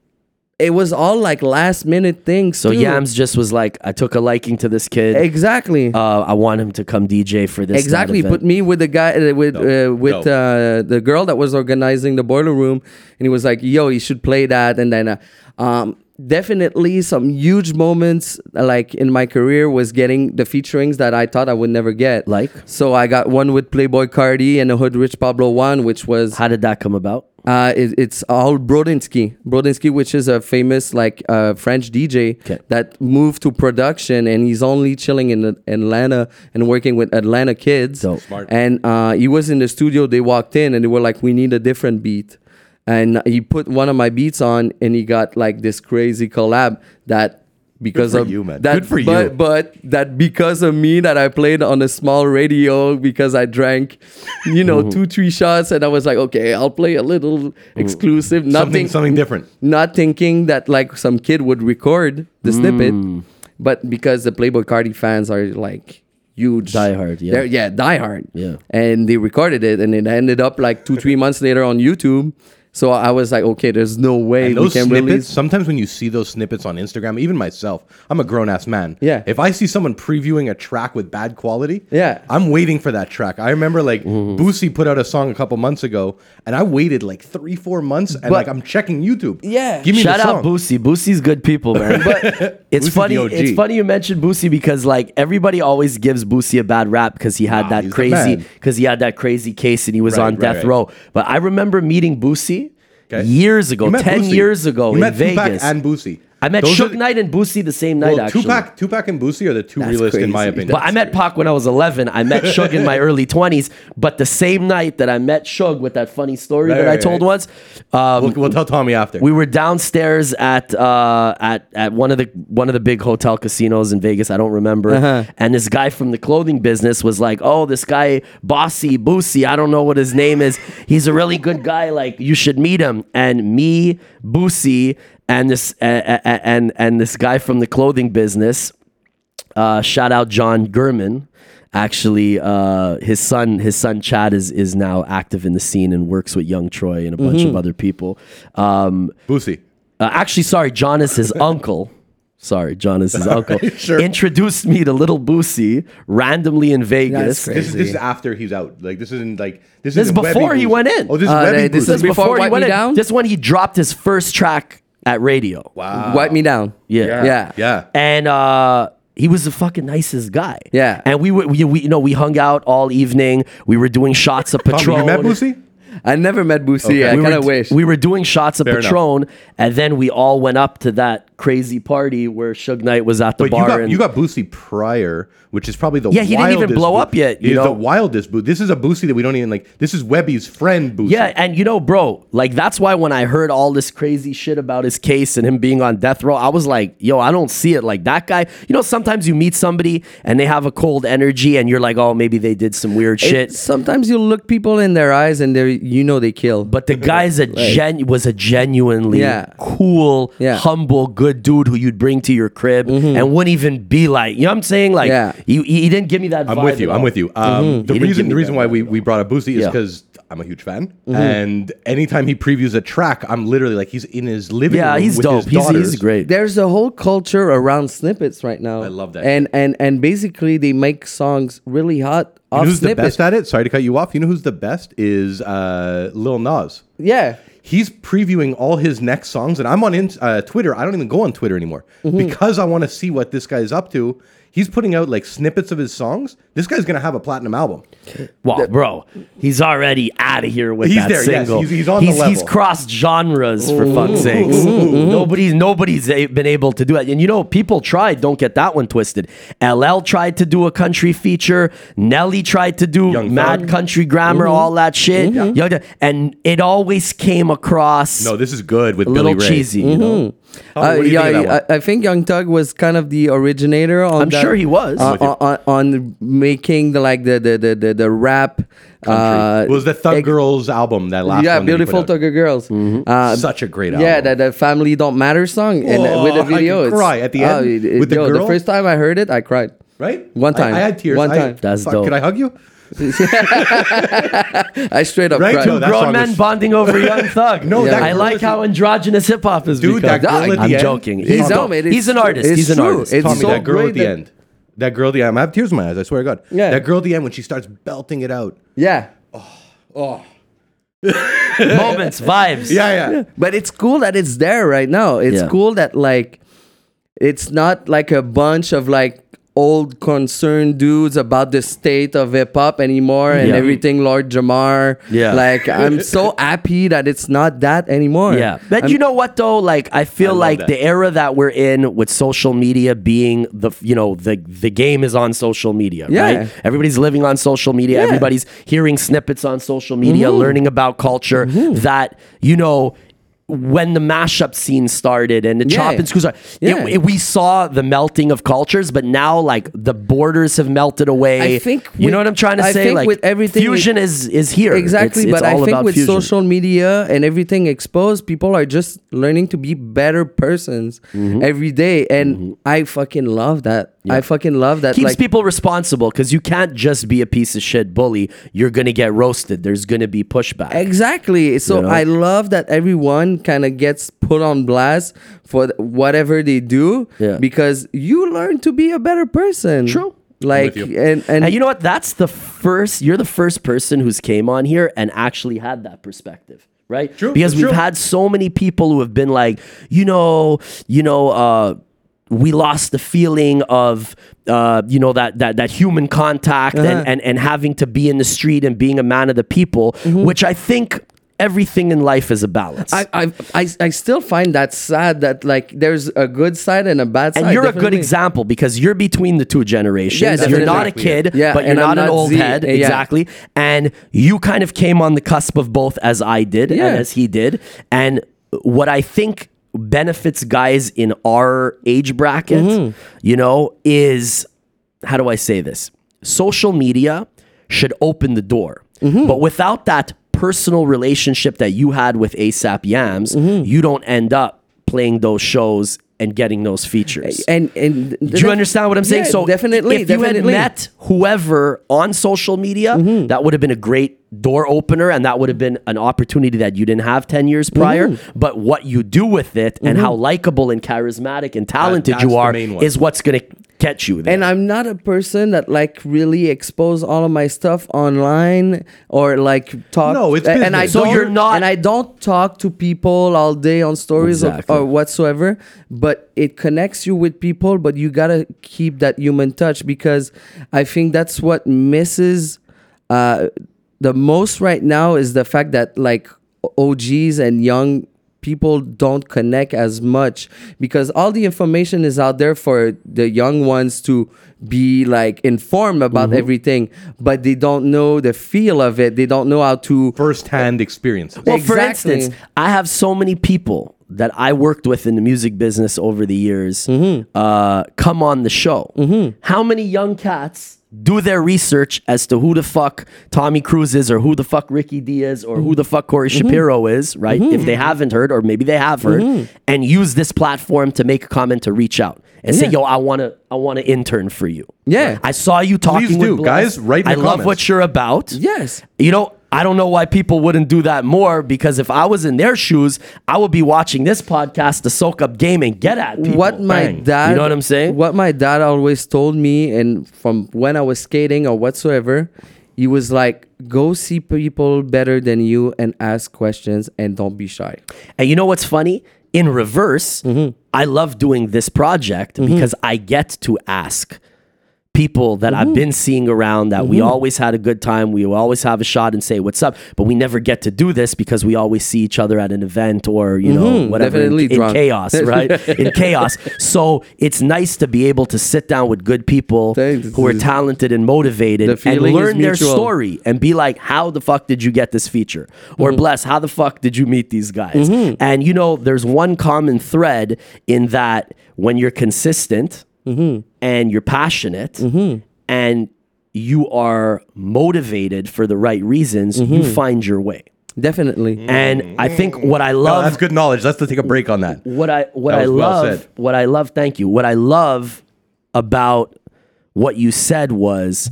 it was all like last minute things. so too. yams just was like i took a liking to this kid exactly. uh, i want him to come dj for this that Exactly. event. Put me with the guy uh, with No, uh, with no. uh, the girl that was organizing the boiler room, and he was like, "Yo, you should play that." And then, uh, um, definitely some huge moments uh, like in my career was getting the featurings that I thought I would never get. Like? so I got one with Playboy Cardi and the Hood Rich Pablo one, which was How did that come about? uh, it, it's all Brodinski. Brodinski, which is a famous like uh, French DJ Okay. that moved to production, and he's only chilling in uh, Atlanta and working with Atlanta kids. Dope. Smart. And uh, he was in the studio. They walked in and they were like, "We need a different beat." And he put one of my beats on, and he got like this crazy collab that because for of you, man. that. Good for but, you. But that because of me that I played on a small radio because I drank, you know, two three shots, and I was like, okay, I'll play a little exclusive. something Nothing, something different. not thinking that like some kid would record Mm. the snippet, but because the Playboy Cardi fans are like huge Diehard, yeah. They're- yeah, diehard, Yeah. and they recorded it, and it ended up like two three months later on YouTube. So I was like, okay, there's no way And we those can snippets, release. sometimes when you see those snippets on Instagram, even myself, I'm a grown ass man. Yeah. If I see someone previewing a track with bad quality, Yeah. I'm waiting for that track. I remember like Mm-hmm. Boosie put out a song a couple months ago, and I waited like three, four months, and like I'm checking YouTube. Yeah. Give me Shout the song. out Boosie. Boosie's good people, man. but it's Boosie funny. the OG. It's funny you mentioned Boosie because like everybody always gives Boosie a bad rap because he had Nah, that he's the crazy man. because he had that crazy case and he was Right, on right, death right. row. But I remember meeting Boosie Okay. years ago, You met ten Boosie. years ago you in met Tupac Vegas. and Boosie. I met Those Shook are- Knight and Boosie the same night. Well, actually, Tupac, Tupac and Boosie are the two That's realists in my crazy. opinion. But I met Pac when I was 11. I met Shug in my early 20s. But the same night that I met Shug with that funny story Right, that I right, told right. once, um, we'll, we'll tell Tommy after. we were downstairs at uh, at at one of the one of the big hotel casinos in Vegas. I don't remember. And this guy from the clothing business was like, "Oh, this guy Bossy Boosie. I don't know what his name is. He's a really good guy. Like you should meet him." And me, Boosie, and this uh, and and this guy from the clothing business uh, shout out John Gurman. Actually, uh, his son, his son Chad is is now active in the scene and works with Young Troy and a bunch of other people. Um, Boosie. uh, actually, sorry, John is his uncle. Sorry, John is his uncle. sure. Introduced me to Little Boosie randomly in Vegas. crazy. This is, this is after he's out. Like this isn't like this, This is isn't Webby before he Boosie. went in. Oh, this is Uh, Webby this Boosie. is before Wipe Me in- Down? This one he dropped his first track at radio. Wow. Wipe me down. Yeah. Yeah. Yeah. and uh he was the fucking nicest guy. Yeah. and we were we, we you know we hung out all evening. We were doing shots of Tommy, Patron. Oh, you met Boosie? I never met Boosie. I we kind were, of wish. we were doing shots of Fair enough. Patron, and then we all went up to that crazy party where Suge Knight was at the But bar. you got and you got Boosie prior, which is probably the Yeah, he didn't even wildest blow Boo- up yet, you He's know? the wildest Boosie. This is a Boosie that we don't even like. This is Webby's friend Boosie. yeah, and you know, bro, like that's why when I heard all this crazy shit about his case and him being on death row, I was like, yo, I don't see it. Like that guy, you know, sometimes you meet somebody and they have a cold energy, and you're like, oh, maybe they did some weird shit. It- sometimes you look people in their eyes and they you know they kill. But the guy's a gen was a genuinely Yeah. cool, Yeah. Mm-hmm. humble, good dude who you'd bring to your crib and wouldn't even be like, you know what I'm saying? Like, Yeah. he, he didn't give me that I'm vibe with you. at I'm all. with you. Um, The Mm-hmm. didn't give reason me the reason that why we, we brought up Boosie Yeah. is Mm-hmm. because I'm a huge fan, and anytime he previews a track, I'm literally like he's in his living Yeah, room he's with dope. his He's, he's daughters. great. There's a whole culture around snippets right now. I love that. And and and basically they make songs really hot You off know who's the snippets. best at it? Sorry to cut you off. You know who's the best is uh, Lil Nas. yeah. he's previewing all his next songs, and I'm on in, uh, Twitter. I don't even go on Twitter anymore Mm-hmm. because I want to see what this guy's up to. He's putting out like snippets of his songs. This guy's gonna have a platinum album. Well, bro, he's already out of here with He's that there, yes. single. He's- he's on the He's level. crossed genres for fuck's sakes. Nobody's nobody's a- been able to do it. And you know, people tried. Don't get that one twisted. LL tried to do a country feature. Nelly tried to do Young Mad Thug. Mm-hmm. Country Grammar, all that shit. Young Thug- and it always came across No, this is good with a little Billy Ray. Mm-hmm. cheesy. You know, Uh, Tommy, Oh, what do you yeah, think of that one? I, I think Young Thug was kind of the originator on. I'm that- sure he was. uh, I'm with you. on, on, on making the like the the the the, the rap. Uh, It was the Thug ex- Girls album that last? Yeah, one that he put beautiful out. Thugger girls. Uh, Mm-hmm. Such a great album. Yeah, that the family don't matter song and uh, Oh, with the I could video. it's- cry at the oh, end it- it- with the yo, girl. first time I heard it, I cried. right. One I- time. I, had tears. One I- time. That's fuck, dope. Could I hug you? I straight up Right? cried. No, that Grown song men is- bonding over Young Thug. No, that I girl like is- how androgynous hip hop is. Dude, becoming. that girl at the I'm end- joking. He's He's, dope. dope, man. It's he's an true. artist. It's he's an true. artist. It's Tommy, so that girl great at the that- end. That girl at the end. I have tears in my eyes. I swear to God. Yeah. That girl at the end when she starts belting it out. Yeah. moments, vibes. Yeah, yeah. but it's cool that it's there right now. It's Yeah. cool that like it's not like a bunch of like old concerned dudes about the state of hip hop anymore and Yeah. everything Lord Jamar. Yeah. Like I'm so happy that it's not that anymore. Yeah. But I'm- you know what though? Like I feel I love like that. the era that we're in with social media being the you know, the the game is on social media, Yeah. right? Everybody's living on social media, Yeah. Mm-hmm. everybody's hearing snippets on social media, learning about culture that, you know, when the mashup scene started and the Yeah. chop and screws, are, Yeah. it, it- we saw the melting of cultures, but now like the borders have melted away. I think you with- know what I'm trying to I say. think like with everything we- fusion is is here. It's- Exactly, it's but I all think about with fusion. social media and everything exposed, people are just learning to be better persons Mm-hmm. every day, and I fucking love that. I fucking love that. keeps like, people responsible because you can't just be a piece of shit bully. You're gonna get roasted. There's gonna be pushback. Exactly. So You know? I love that everyone kind of gets put on blast for th- whatever they do Yeah. because you learn to be a better person. True. Like with and you. and, and you know what? That's the first. You're the first person who's came on here and actually had that perspective, right? True, Because we've true. had so many people who have been like, you know, you know, uh, we lost the feeling of, uh, you know, that that that human contact and, and and having to be in the street and being a man of the people, which I think everything in life is a balance. I, I I I still find that sad that like there's a good side and a bad side. And you're a good definitely. example because you're between the two generations. Yeah, you're not a definitely. kid, Yeah, but you're and I'm not an not old Z, head. uh, yeah. Exactly. And you kind of came on the cusp of both as I did Yeah. and as he did. And what I think benefits guys in our age bracket, you know, is how do I say this? Social media should open the door. But without that personal relationship that you had with ASAP Yams, you don't end up playing those shows and getting those features. And and Do you understand what I'm saying? Yeah, so definitely, if you had definitely. met whoever on social media, Mm-hmm. that would have been a great door opener, and that would have been an opportunity that you didn't have ten years prior. Mm-hmm. But what you do with it, and how likable and charismatic and talented that's you the are, main one. is what's going to catch you. There. and I'm not a person that like really expose all of my stuff online or like talk. No, it's and I business. So don't- you're not- and I don't talk to people all day on stories or- Exactly. or, whatsoever. But it connects you with people. But you gotta keep that human touch because I think that's what misses uh, the most right now is the fact that like OGs and young people don't connect as much because all the information is out there for the young ones to be like informed about everything but they don't know the feel of it they don't know how to First-hand experiences. Well, for Exactly. instance, I have so many people that I worked with in the music business over the years Mm-hmm. uh, come on the show. How many young cats do their research as to who the fuck Tommy Cruise is, or who the fuck Ricky D is, or Mm-hmm. who the fuck Corey Shapiro is, right? If they haven't heard, or maybe they have heard, Mm-hmm. and use this platform to make a comment to reach out and say, Yeah. "Yo, I want to, I want to intern for you." Yeah. I saw you talking Please with do, Bless. guys. Write in I the love what comments. you're about. yes You know, I don't know why people wouldn't do that more because if I was in their shoes, I would be watching this podcast to soak up game and get at people. what my Bang. dad You know what I'm saying? what my dad always told me and from when i was skating or whatsoever he was like go see people better than you and ask questions and don't be shy And you know what's funny? In reverse, Mm-hmm. I love doing this project because I get to ask people that Mm-hmm. I've been seeing around that we always had a good time, we always have a shot and say what's up, but we never get to do this because we always see each other at an event or you know whatever in- Mm-hmm. definitely in, drunk. chaos, right? in chaos. So it's nice to be able to sit down with good people Thanks. who are talented and The motivated and feeling is learn their mutual. story story and be like, how the fuck did you get this feature? Mm-hmm. Or bless, how the fuck did you meet these guys? And you know, there's one common thread in that when you're consistent Mm-hmm. and you're passionate and you are motivated for the right reasons, you Mm-hmm. find your way. definitely Mm. And I think what I Oh, love that's good knowledge. Let's take a break on that. what I what That I was well love said. what I love thank you what I love about what you said was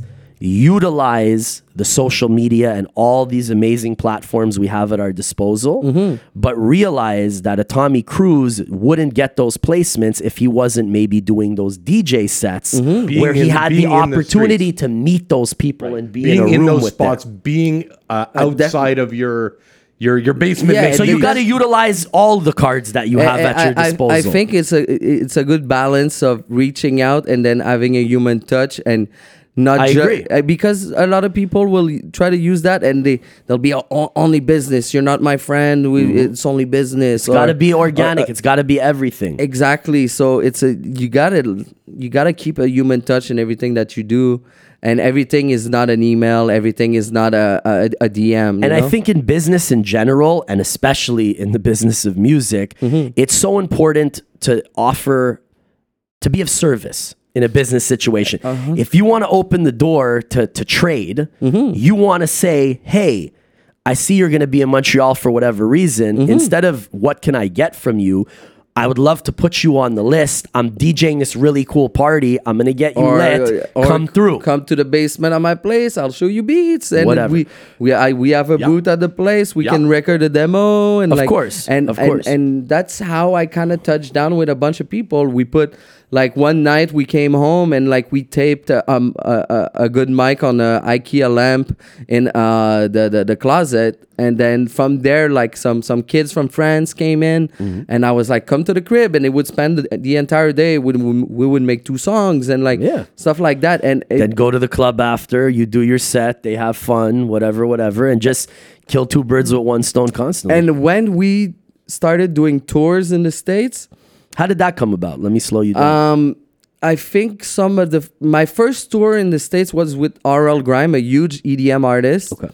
utilize the social media and all these amazing platforms we have at our disposal Mm-hmm. but realize that a Tommy Cruise wouldn't get those placements if he wasn't maybe doing those DJ sets where Mm-hmm. Being he in- had the being in the opportunity to meet those people and be Being in a in room those with spots, them. being uh, def- outside of your your your basement. Yeah, may- So and you then- got to utilize all the cards that you have I- at your I- I- disposal. I think it's a it's a good balance of reaching out and then having a human touch and not I agree. just because a lot of people will try to use that and they they'll be "Oh, o- only business. You're not my friend. We, It's only business. Mm-hmm. it's got to be Uh, organic. it's got to be everything. exactly. So it's a you gotta you gotta keep a human touch in everything that you do. And everything is not an email. Everything is not a a, a DM. you And know? I think in business in general, and especially in the business of music, Mm-hmm. it's so important to offer, to be of service in a business situation. Uh-huh. If you want to open the door to, to trade, Mm-hmm. you want to say, hey, I see you're going to be in Montreal for whatever reason. Mm-hmm. Instead of what can I get from you, I would love to put you on the list. I'm DJing this really cool party. I'm going to get you lit. or come through. Come to the basement at my place. I'll show you beats. And Whatever. we we I, we have a Yeah. booth at the place. We Yeah. can record a demo and Of like course. and Of and, course. and that's how I kind of touched down with a bunch of people. We put like one night we came home and like we taped uh, um a, a, a good mic on a IKEA lamp in uh the, the the closet and then from there like some some kids from France came in Mm-hmm. and I was like come to the crib and they would spend the, the entire day we, we, we would make two songs and like Yeah. stuff like that and it, then go to the club after you do your set they have fun whatever whatever and just kill two birds with one stone constantly and and when we started doing tours in the states how did that come about let me slow you Uh, down Um, I think some of the my first tour in the states was with RL Grime, a huge EDM artist. Okay.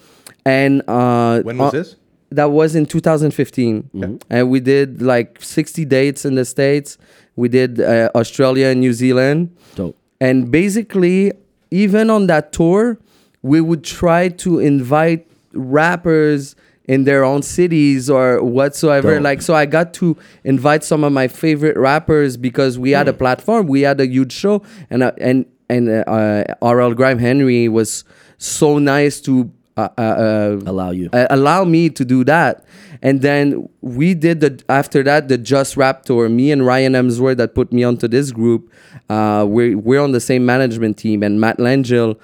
And uh, when was uh, this? That was in 2015, and we did like 60 dates in the states. We did uh, Australia and New Zealand, Dope. and basically, even on that tour, we would try to invite rappers in their own cities or whatsoever. Dope. Like, so I got to invite some of my favorite rappers because we had a platform, we had a huge show, and uh, and and uh, uh, RL Grime Henry was so nice to. Uh, uh, uh, Allow you. uh, allow me to do that and then we did the after that the just rap tour me and ryan emsworth that put me onto this group uh, we're, we're on the same management team and matt langell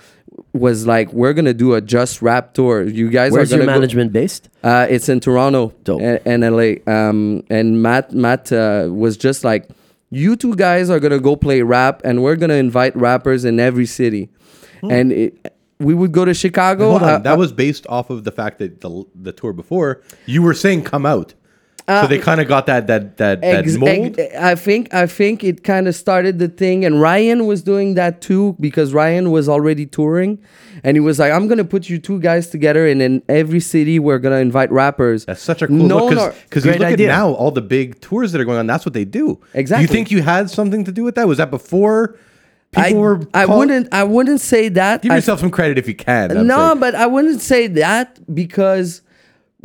was like we're gonna do a just rap tour you guys where's are your gonna go- management based uh, it's in Toronto Dope. a- and, LA. Um, and Matt Matt uh, was just like, you two guys are gonna go play rap, and we're gonna invite rappers in every city, Hmm. and it, we would go to Chicago. Hold on, uh, that was based off of the fact that the the tour before you were saying come out, so they kind of got that that that Ex- that mold. ex- I think I think it kind of started the thing, and Ryan was doing that too because Ryan was already touring, and he was like, "I'm gonna put you two guys together, and in every city we're gonna invite rappers." That's such a cool No, look no. because you Great look idea. at now all the big tours that are going on. That's what they do. Exactly. Do you think you had something to do with that? Was that before people I, were? I call- wouldn't I wouldn't say that. give I yourself some credit if you can. I'm no, saying. but I wouldn't say that because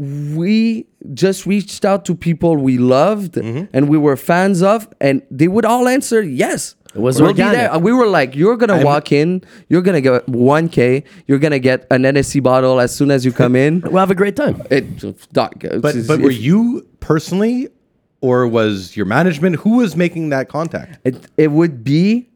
we just reached out to people we loved Mm-hmm. and we were fans of, and they would all answer yes. It was organic. We were like, you're gonna walk in, you're gonna get one k, you're gonna get an NSC bottle as soon as you come in. we'll have a great time It, but but but were you personally, or was your management who was making that contact? It, it would be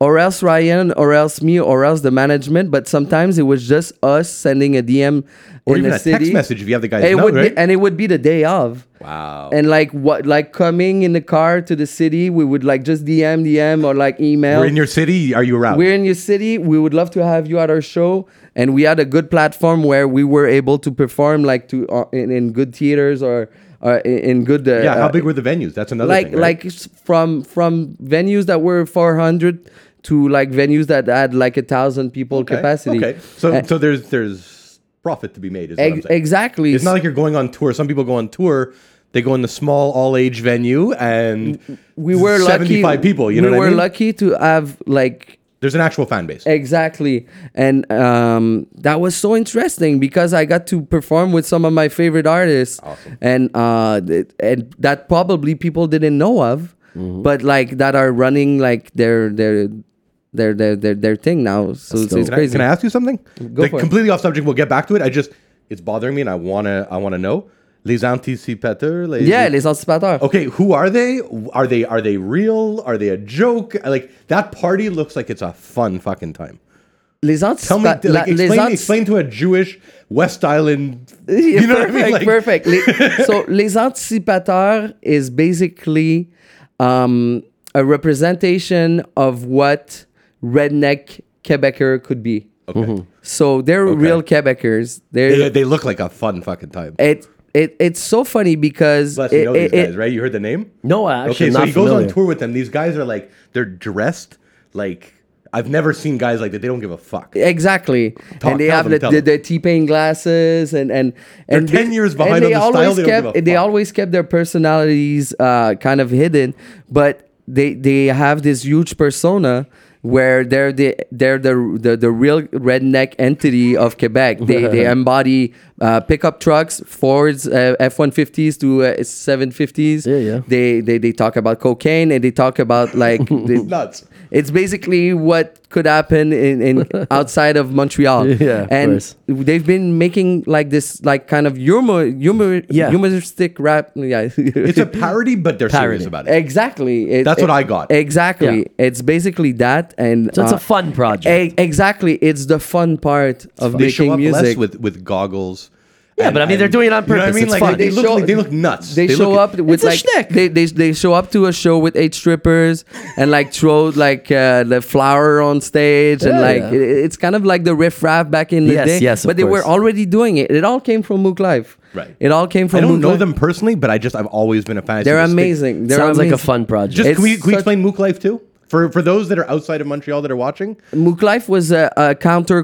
or else Ryan or else me or else the management, but sometimes it was just us sending a DM Or in even the a text city. message if you have the guy's It number, would be- right? and it would be the day of. Wow. And like what like coming in the car to the city, we would like just DM DM or like email. We're in your city. Are you around? We're in your city. We would love to have you at our show, and we had a good platform where we were able to perform like to uh, in, in good theaters or, or in, in good. Uh, yeah. How uh, big were the venues? That's another like thing, right? like s- from from venues that were 400 to like venues that had like a thousand people Okay, capacity Okay. So Uh, so there's there's profit to be made. Is what I'm ex- saying. exactly It's not like you're going on tour. Some people go on tour. They go in the small all age venue and we were lucky 75 people. You know we what were I mean? lucky to have like There's an actual fan base. exactly and um that was so interesting because i got to perform with some of my favorite artists and uh th- and that probably people didn't know of Mm-hmm. but like that are running like their their their their their, their thing now so, so dope. it's Can I, crazy can I ask you something? Like, for it. completely off subject. We'll get back to it. I just it's bothering me, and I wanna I wanna know. Les anticipateurs. Les, yeah les anticipateurs Okay, who are they? Are they are they real? Are they a joke? Like that party looks like it's a fun fucking time. les artistes, Tell me, like, la- les explain, artistes- explain to a Jewish West Island. Yeah, You know what I mean? Like, perfect, perfect. Les- so les anticipateurs is basically um, a representation of what redneck Quebecer could be. Okay. Mm-hmm. So they're real Quebecers. They're They, they look like a fun fucking time. it it it's so funny because Plus, it, you know these it- it- guys, right? You heard the name? No, actually, Okay, I'm so not he goes familiar. on tour with them. These guys are like they're dressed like I've never seen guys like that. They don't give a fuck. Exactly, Talk- and they tell have them, the, tell the, them. the T-Pain glasses, and and and 10 years behind they on the style, always they don't kept give a they fuck. always kept their personalities uh, kind of hidden, but they they have this huge persona where they're the they're the the, the real redneck entity of Quebec. They they embody uh, pickup trucks, Fords, uh, F one fifties to uh, seven fifties. Yeah, yeah. They they they talk about cocaine and they talk about like the- Nuts. it's basically what could happen in, in outside of Montreal. Yeah, of and course. they've been making like this, like kind of humor, humor, Yeah. humoristic rap. Yeah, It's a parody, but they're Parody. serious about it. exactly. It- That's what it- I got. Exactly, Yeah. it's basically that, and So it's uh, a fun project. e- exactly, it's the fun part of They making show up music. less with with goggles. Yeah, but I mean, they're doing it on You know what purpose. It's I mean, fun. like they, They look show- like they look nuts. they, show look- up with a like shtick. they, they they show up to a show with eight strippers and like throw like uh, the flower on stage and Yeah, like yeah. it, it's kind of like the riff raff back in the Yes, day. yes, of but they were course. already doing it. It all came from Mook Live. Right. It all came from. I don't Mook know Live. them personally, but I just I've always been a fan. I see They're the stick- amazing. They're Sounds like a amazing. fun project. Just It's can we, can such- we explain Mook Life too for for those that are outside of Montreal that are watching? Mook Life was a, a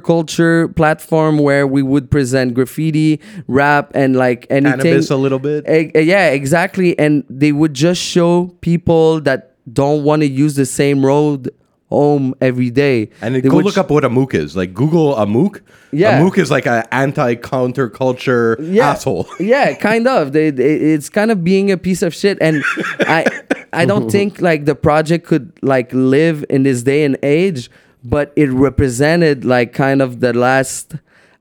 counterculture platform where we would present graffiti, rap, and like anything. Cannabis a little bit. E- e- yeah, exactly. And they would just show people that don't want to use the same road home every day. And then They go would look sh- up what a mook is. Like Google a mook. Yeah. A mook is like an anti counterculture yeah, asshole. yeah, kind of. They, they, it's kind of being a piece of shit, and I I don't think like the project could like live in this day and age, but it represented like kind of the last.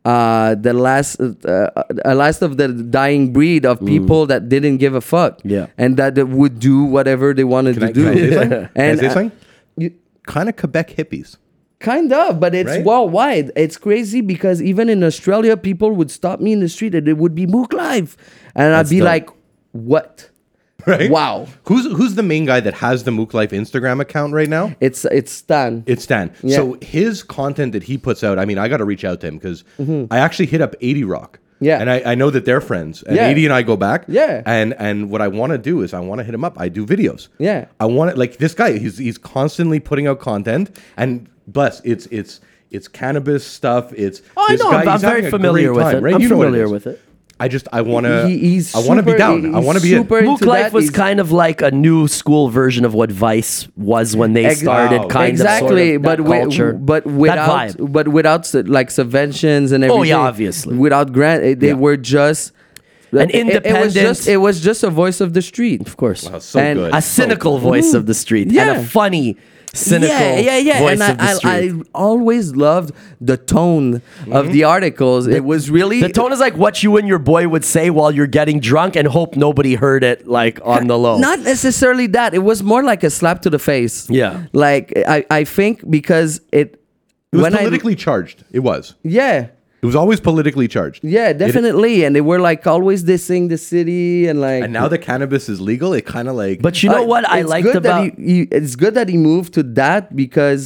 Uh, the last, uh, uh, uh, last of the dying breed Mm. of people that didn't give a fuck, Yeah. and that they would do whatever they wanted to Can I, do. can I say something? Can I And, say uh, something? you- Kind of Quebec hippies. Kind of, but it's Right? worldwide. It's crazy because even in Australia, people would stop me in the street and it would be Mook Live. And I'd be dope. like, what? Right? Wow. Who's who's the main guy that has the Mook Life Instagram account right now? It's it's Stan. It's Dan. Yeah. So his content that he puts out, I mean, I got to reach out to him because Mm-hmm. I actually hit up 80 Rock. Yeah. And I, I know that they're friends. And Yeah. 80 and I go back. Yeah. And and what I want to do is I want to hit him up. I do videos. Yeah. I want to like this guy, he's he's constantly putting out content and bless it's it's it's cannabis stuff. It's Oh, I this know. I'm- he's I'm very having a familiar great with it. I'm know what familiar is. with it. I just I want to He- he's I want to be super- down. I he's want to be in. super into Mook Life that. was He's- kind of like a new school version of what Vice was when they Ex- started, Wow. kind exactly, of, sort of, that but wi- culture, but That without vibe. but without like subventions and everything. Oh, yeah, obviously. Without grant, eh, they Yeah. were just An it- It, it was independent- just it was just a voice of the street. of course, Wow, Oh, so And good. a So good. cynical voice of the street and Yeah. a funny, cynical yeah, yeah, yeah. voice and I, of the I, street. I always loved the tone Mm-hmm. of the articles. it was really the tone is like what you and your boy would say while you're getting drunk and hope nobody heard it, like on the low. Not necessarily that. It was more like a slap to the face. Yeah. Like I, I think because it, It was when politically charged. It was. I yeah. It was always politically charged. Yeah, definitely. and they were like always dissing the city and like And now that cannabis is legal, it kind of like but you know what I it's liked good that about he, he- it's good that he moved to that because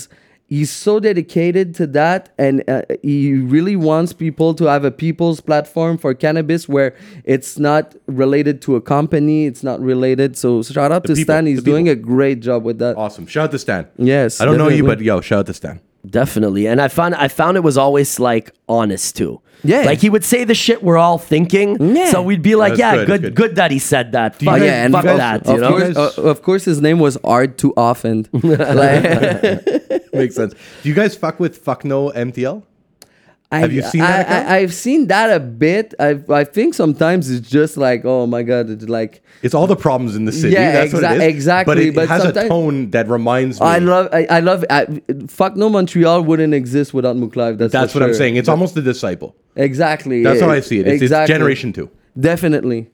he's so dedicated to that and uh, he really wants people to have a people's platform for cannabis where it's not related to a company it's not related so shout out to people, stan the he's doing a great job with that Awesome. Shout out to Stan. Yes, I don't know you, definitely. but yo, shout out to Stan. Definitely. And I found I found it was always like honest too. Yeah. Like he would say the shit we're all thinking. Yeah. So we'd be like, That's yeah, good, good, good, good. that he said that. you Fuck, guys- yeah, you fuck guys- that, Oh, of you know? course, Guys- uh, of course, his name was Art Too Often. like, Makes sense. Do you guys fuck with fuck no MTL? I've, you seen that account? I, I, have seen that a bit. I I think sometimes it's just like, oh my god, it's like It's all the problems in the city. Yeah, That's what exa- it is. exactly, But it but has a sometimes- tone that reminds me. oh, I love, I, I love. I, fuck no, Montreal wouldn't exist without Muklive. That's That's for what I'm sure. saying. It's almost the disciple. exactly. That's Yeah, how I see it. It's, it's generation two. Definitely.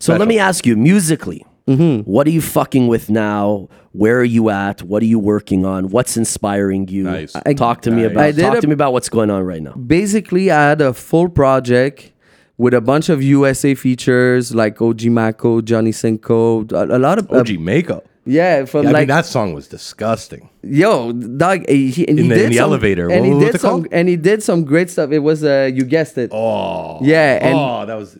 So let me ask you, musically, Mm-hmm. What are you fucking with now? Where are you at? What are you working on? What's inspiring you? Nice. I- talk to me Nice. I about did talk a- to me about what's going on right now. basically I had a full project with a bunch of USA features like OG Mako, Johnny Cinco, a, a lot of uh, OG Mako. yeah from Yeah, I mean, like that song was disgusting. yo dog eh, he, and In he the- did in the some- and elevator. What- he what's did it some called? and he did some great stuff it was uh you guessed it Oh. Yeah, and- oh, that was.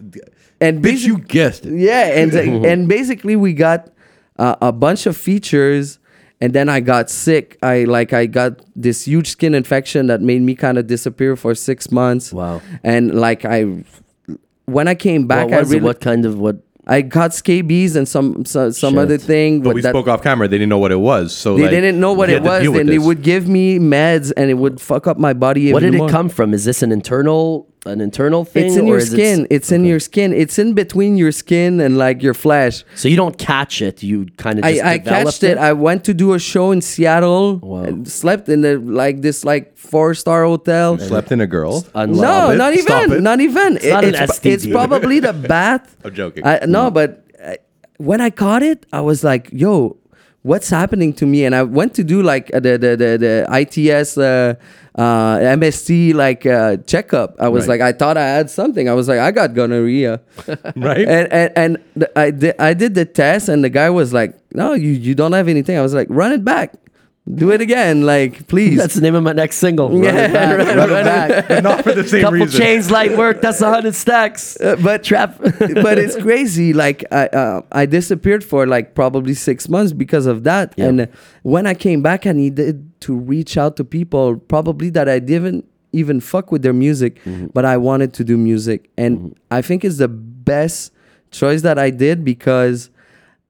and Bitch, you basic- guessed it. yeah and uh, and basically we got uh, a bunch of features and then I got sick I like I got this huge skin infection that made me kind of disappear for six months Wow. and like I when I came back what, was I it? really what kind of what? I got scabies and some some, some Shit. other thing. But with we that- spoke off camera. They didn't know what it was. So They like, didn't know what we it had to was, deal with and they this. would give me meds, and it would fuck up my body. What even did it more. come from? Is this an internal an internal thing? It's in or your is it- skin. It's in your skin. It's in between your skin and like your flesh. so you don't catch it. You kind of just I, I developed catched it. I went to do a show in Seattle. Wow. and Slept in the like this like four star hotel. Slept in a girl. Unloved. No, it. not Stop even. it. Not even. It's, not an it's, STD. it's probably the bath. I'm joking. I, Mm. no, but uh, when I caught it, I was like, yo, what's happening to me? And I went to do like uh, the, the, the, the ITS, uh, uh, MST like uh, checkup. I was Right. like, I thought I had something. I was like, I got gonorrhea. Right? and and, and the, I, did, I did the test, and the guy was like, no, you, you don't have anything. I was like, run it back. Do it again, like please. That's the name of my next single. Run it back, right, run it right. back. But not for the same Couple reason. chains, light work. That's a hundred stacks. but Trap. but it's crazy. Like I, uh, I disappeared for like probably six months because of that. Yeah. And when I came back, I needed to reach out to people, probably that I didn't even fuck with their music, Mm-hmm. but I wanted to do music, and I think it's the best choice that I did because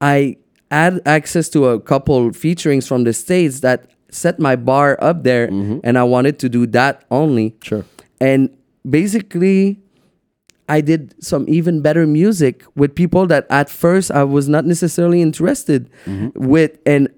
I had access to a couple featurings from the states that set my bar up there, and I wanted to do that only. Mm-hmm. Sure. And basically, I did some even better music with people that at first I was not necessarily interested Mm-hmm. with and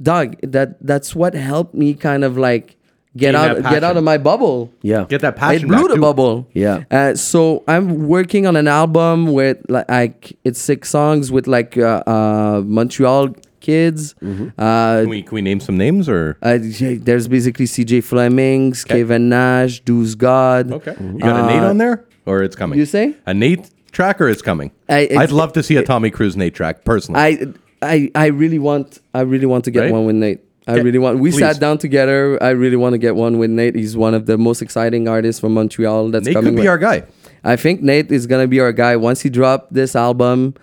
dog that that's what helped me kind of like get Gain that out get out passion. of my bubble. Yeah. Get that It passion. blew back, the too. bubble. Yeah. Uh, so I'm working on an album with like, like it's six songs with like uh, uh, Montreal kids. Mm-hmm. Uh, Can we, can we name some names or? uh, yeah, there's basically CJ Flemings, Kevin Nash, Deuce God. Okay. You got a Nate Uh, on there or it's coming? you say? A Nate track or it's coming? I- I, it's- would love to see a Tommy Cruise Nate track personally. I I I really want I really want to get Right? one with Nate. I Yeah, really want. We please. sat down together. I really want to get one with Nate. He's one of the most exciting artists from Montreal that's Nate coming. could be with- our guy. I think Nate is gonna be our guy once he drops this album.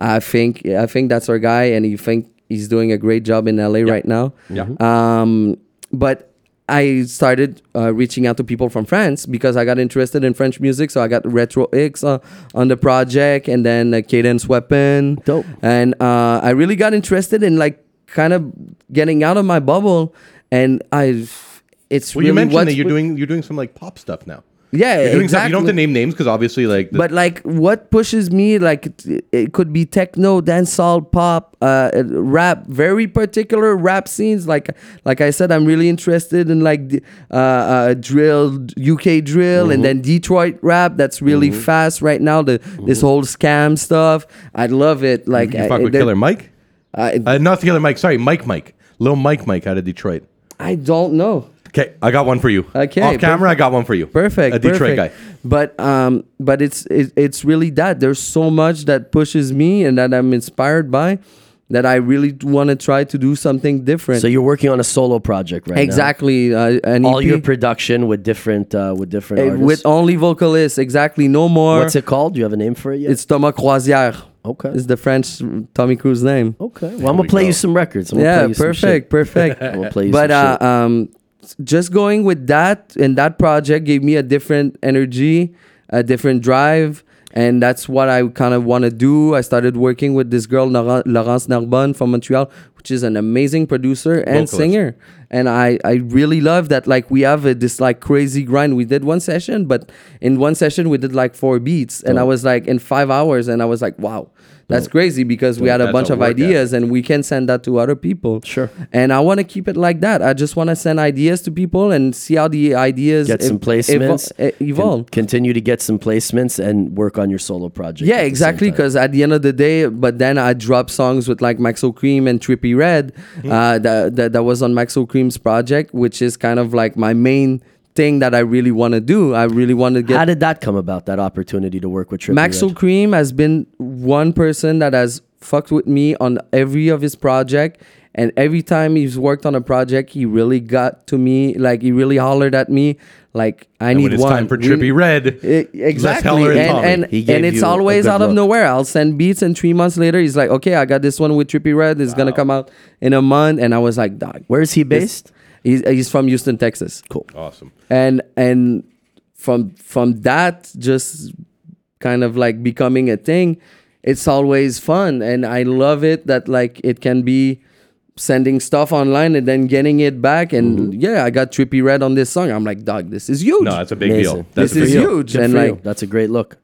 I think I think that's our guy, and he think he's doing a great job in LA right now. Yeah. Um, but I started uh, reaching out to people from France because I got interested in French music. So I got Retro X uh, on the project, and then uh, Cadence Weapon. Dope. And uh, I really got interested in like kind of getting out of my bubble, and I. It's Well, really you mentioned what's that you're with- doing you're doing some like pop stuff now. Yeah, You're doing stuff- exactly. You don't have to name names because obviously like the, But like, what pushes me? Like, it, it could be techno, dancehall, pop, uh, rap. Very particular rap scenes. Like, like I said, I'm really interested in like the, uh, uh, drill, UK drill, Mm-hmm. and then Detroit rap. That's really fast right now. The this whole scam stuff. I love it. Like, Mm-hmm. you fuck I, with there- Killer Mike. I, Uh, not Killer Mike. Sorry, Mike Mike. Little Mike Mike out of Detroit. I don't know. Okay, I got one for you. Okay, Off camera, I got one for you. Perfect. A Detroit perfect. But um, but it's it, it's really that there's so much that pushes me and that I'm inspired by, that I really want to try to do something different. So you're working on a solo project right exactly. Uh, an now. All EP, your production with different uh, with different uh, artists. with only vocalists. Exactly. No more. What's it called? Do you have a name for it yet? It's Thomas Croisière. Okay. It's the French Tommy Cruise name. okay. Well, I'm we gonna play go. you some records. I'm yeah. gonna play you Perfect. Perfect. Some shit. I'm gonna play you but some uh, shit. um, just going with that and that project gave me a different energy, a different drive, and that's what I kind of want to do. I started working with this girl Nora- Laurence Narbonne from Montreal, she's an amazing producer and Vocalist. singer, and I I really love that. Like we have a, this like crazy grind. We did one session, but in one session we did like four beats, and I was like in five hours, and I was like, wow, that's crazy because we had a That's bunch a of workout. ideas, and we can send that to other people. Sure. And I want to keep it like that. I just want to send ideas to people and see how the ideas Get some ev- evo- placements. e- con- evolve. continue to get some placements and work on your solo project. at Yeah, the same exactly. time. Because at the end of the day, but then I dropped songs with like Maxo Cream and Trippy Red. Hmm. Uh, that, that that was on Maxo Cream's project, which is kind of like my main thing that I really want to do. I really want to How get did that come about? That opportunity to work with Trippie Maxo Redd? Cream has been one person that has fucked with me on every of his project. And every time he's worked on a project, he really got to me. Like he really hollered at me. Like I And need when it's one. time for We- Trippy Red, I- let's exactly, holler at and Tommy. and, He and gave it's you a always good out of look. nowhere. I'll send beats, and three months later, he's like, "Okay, I got this one with Trippy Red. It's gonna come out in a month." And I was like, "Dog, Where is he this- based? He's, he's from Houston, Texas. Cool. awesome. And and from from that, just kind of like becoming a thing. It's always fun, and I love it that like it can be sending stuff online and then getting it back. And Mm-hmm. yeah, I got Trippy Red on this song. I'm like, "Dog, this is huge." No, that's a big deal. Amazing. This That's a big is deal. huge, Good and for like you. that's a great look.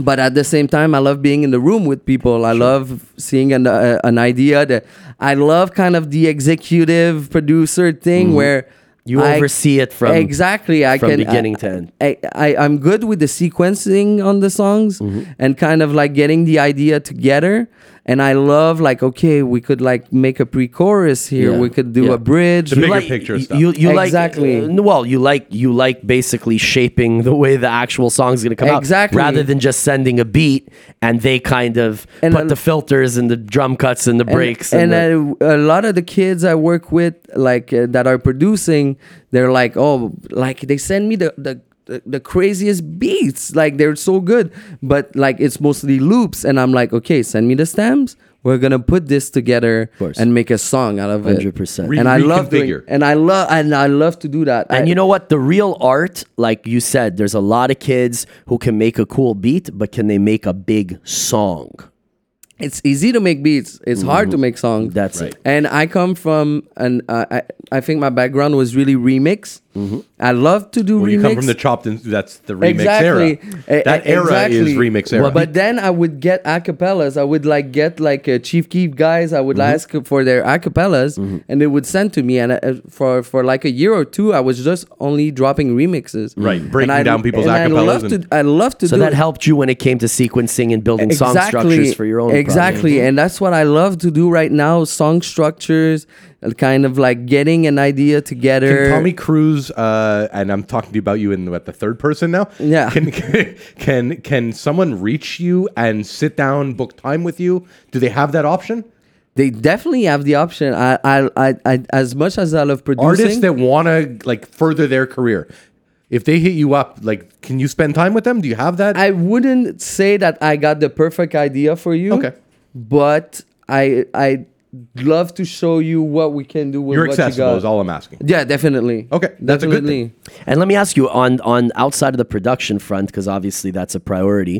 but at the same time i love being in the room with people i love seeing an, uh, an idea that i love kind of the executive producer thing where Mm-hmm. You I- oversee it from exactly i from can uh, beginning I- to end. I, I, I'm good with the sequencing on the songs Mm-hmm. and kind of like getting the idea together. And I love like, okay, we could like make a pre-chorus here. Yeah. We could do Yeah. a bridge. The big- like, picture y- stuff. You, you like- Exactly. uh, well, you like you like basically shaping the way the actual song's going to come out, Exactly. rather than just sending a beat and they kind of And put I- the filters and the drum cuts and the breaks. and, the- uh, a lot of the kids i work with like uh, that are producing they're like oh like they send me the, the the- the craziest beats like they're so good but like it's mostly loops and i'm like okay send me the stems we're gonna put this together course. and make a song out of it 100%. and i love Reconfigure. doing, and i love and i love to do that And I- you know what? The real art, like you said, there's a lot of kids who can make a cool beat, but can they make a big song? it's easy to make beats it's hard to make songs Mm-hmm. That's Right. it. and I come from an uh, I I think my background was really remix. Mm-hmm. I love to do Well, remix. you come from the chopped and that's the remix exactly. era. E- That e- era is exactly. remix era. But then I would get acapellas. I would like get like uh, Chief Keef guys. I would Mm-hmm. ask for their acapellas, and they would send to me. And uh, for for like a year or two, I was just only dropping remixes. Right, breaking And I- down people's and I acapellas love and- to. I love to So do that helped you when it came to sequencing and building song structures for your own. project. exactly Mm-hmm. and that's what i love to do right now song structures uh, kind of like getting an idea together Can Tommy Cruise, uh, and I'm talking to you about you in the, at the third person now. Yeah. Can, can can someone reach you and sit down, book time with you? Do they have that option? they definitely have the option I, I i i as much as i love producing Artists that want to like further their career, if they hit you up, like, can you spend time with them? Do you have that? i wouldn't say that i got the perfect idea for you Okay. but i i love to show you what we can do with You're what accessible you is got all I'm asking. yeah definitely Okay, that's a good thing. definitely And let me ask you on on outside of the production front, because obviously that's a priority.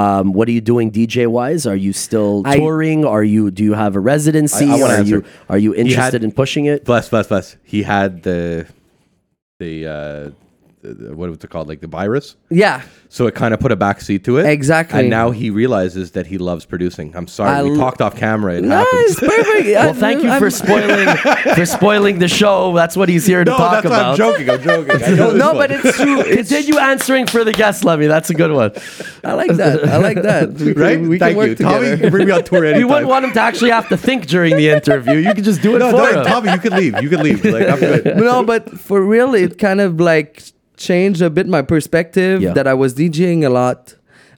Um, what are you doing DJ wise? Are you still I- touring? Are you do you have a residency? I- I wanna are you answer. are you had- interested in pushing it? Bless, bless, bless. He had the the uh, the- the- what was it called? Like the virus. yeah So it kind of put a backseat to it. Exactly. And now he realizes that he loves producing. I'm sorry. I we l- talked off camera. It happens. nice perfect Well, thank you for spoiling for spoiling the show. That's what he's here to talk that's about. What I'm joking. I'm joking. I know this no one. but it's true it's Continue answering for the guest, Lemmy. That's a good one. I like that. I like that. We can, right. We can Thank work you, Tommy. together. You can bring me on tour anytime. You wouldn't want him to actually have to think during the interview. You could just do it no, for no, him. Tommy. You could leave. You could leave. Like I'm good. no, but for real, it kind of like changed a bit my perspective Yeah. that I was DJing a lot.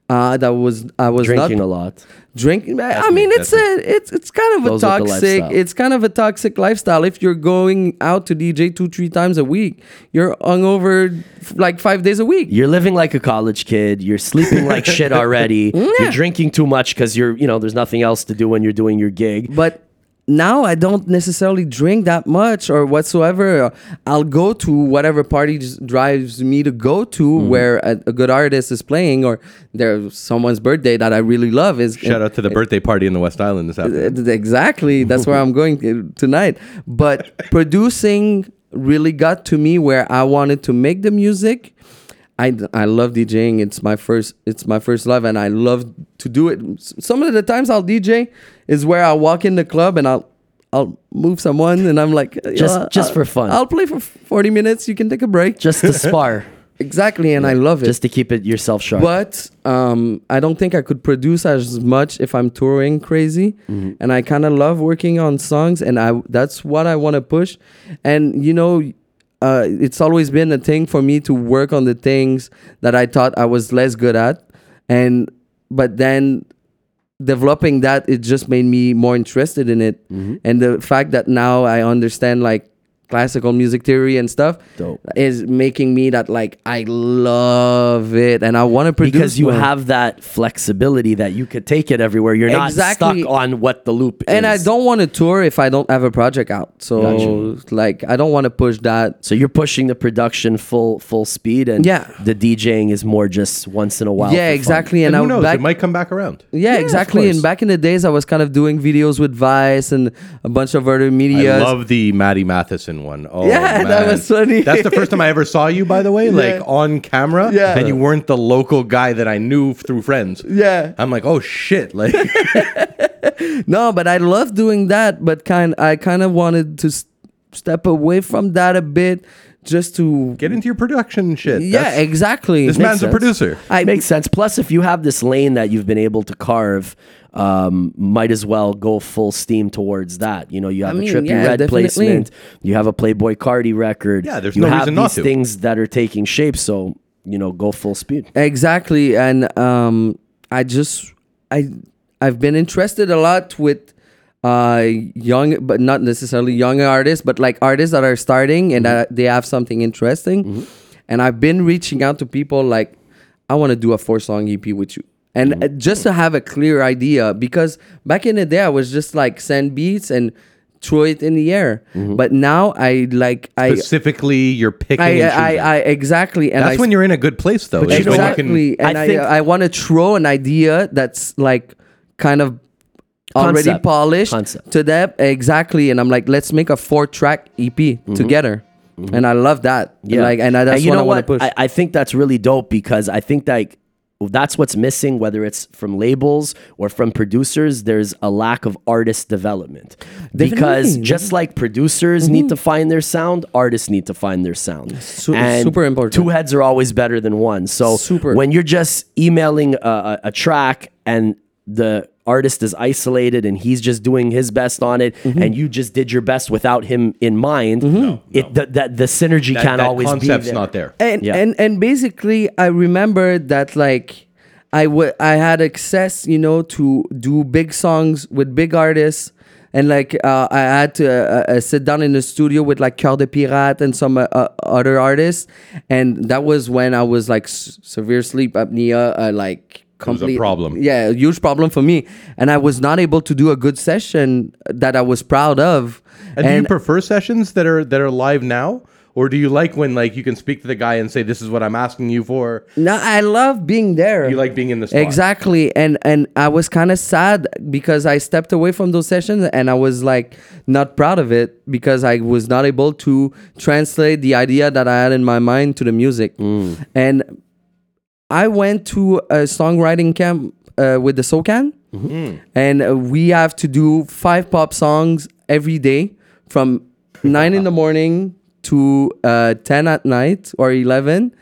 Uh, that was I was Drinking not a lot. drinking. I mean, me, it's a it's it's kind of a Goes with the toxic. lifestyle. It's kind of a toxic lifestyle. If you're going out to DJ two three times a week, you're hungover f- like five days a week. You're living like a college kid. You're sleeping like shit already. You're drinking too much because you're, you know, there's nothing else to do when you're doing your gig. But now I don't necessarily drink that much or whatsoever. I'll go to whatever party just drives me to go to Mm-hmm. where a, a good artist is playing or there's someone's birthday that I really love is Shout out to the birthday party in the West Island this afternoon. exactly that's where i'm going to- tonight but producing really got to me where i wanted to make the music I, I love DJing. It's my first it's my first love, and I love to do it. S- Some of the times I'll DJ is where I walk in the club and I'll I'll move someone, and I'm like you Just- know, just I'll- for fun. I'll play for forty minutes. You can take a break. just to spar, Exactly, and I love it. just to keep it yourself sharp. But um, I don't think I could produce as much if I'm touring crazy, and I kind of love working on songs, and I that's what I want to push. And you know, uh, it's always been a thing for me to work on the things that I thought I was less good at, and but then developing that it just made me more interested in it Mm-hmm. and the fact that now i understand like classical music theory and stuff Dope. is making me that like i love it and i want to produce because you more. have that flexibility that you could take it everywhere. You're not Exactly. stuck on what the loop is. and i don't want to tour if i don't have a project out so Gotcha. like i don't want to push that So you're pushing the production full full speed, and Yeah. the DJing is more just once in a while. for yeah fun. exactly And, and, who i knows? back it might come back around. yeah, of exactly. course. And back in the days, I was kind of doing videos with Vice and a bunch of other media. I love the Maddie Matheson one. Oh, Yeah, that man. was funny. That's the first time I ever saw you, by the way, like on camera. Yeah. And you weren't the local guy that I knew through friends. Yeah. I'm like, oh shit. Like No, but I love doing that. But kind, I kind of wanted to s- step away from that a bit, just to get into your production shit. yeah, That's- exactly. This man's a sense. producer. It makes sense. Plus, if you have this lane that you've been able to carve, um, might as well go full steam towards that. You know, you have mean, a trippy yeah, red definitely. placement, you have a Playboy Cardi record. Yeah, there's you no have reason not these to. things that are taking shape. So you know, go full speed. Exactly, and um, I just I I've been interested a lot with uh young but not necessarily young artists but like artists that are starting and Mm-hmm. uh, they have something interesting and i've been reaching out to people like i want to do a four song ep with you and Mm-hmm. uh, just to have a clear idea because back in the day i was just like send beats and throw it in the air Mm-hmm. but now i like i Specifically, you're picking. I, and I, choosing. I exactly and That's I when you're in a good place, though. is you know when what? exactly and I i think- i, want to throw an idea that's like kind of already Concept. polished Concept. to them exactly and i'm like let's make a four track ep Mm-hmm. together and i love that yeah like and I, that's you what know i want to push I, I think that's really dope because I think like that's what's missing, whether it's from labels or from producers. There's a lack of artist development because Definitely, Mm-hmm. just like producers need to find their sound, artists need to find their sound. Su- super important. Two heads are always better than one. So Super. when you're just emailing a, a, a track and the artist is isolated and he's just doing his best on it Mm-hmm. and you just did your best without him in mind it the, the, the synergy that, can't that always concept's be there. not there. and Yeah. and and basically i remember that like i would i had access you know to do big songs with big artists and like uh, i had to uh, uh, sit down in the studio with like coeur de pirate and some uh, uh, other artists and that was when i was like s- severe sleep apnea uh, like was a complete problem. yeah a huge problem for me and i was not able to do a good session that i was proud of And, do you prefer sessions that are that are live now, or do you like when like you can speak to the guy and say, "This is what I'm asking you for"? no i love being there You like being in the spot. Exactly. And and I was kind of sad because I stepped away from those sessions and I was like not proud of it because I was not able to translate the idea that I had in my mind to the music. And I went to a songwriting camp uh, with the SOCAN, and uh, we have to do five pop songs every day from nine in the morning to uh, 10 at night or 11.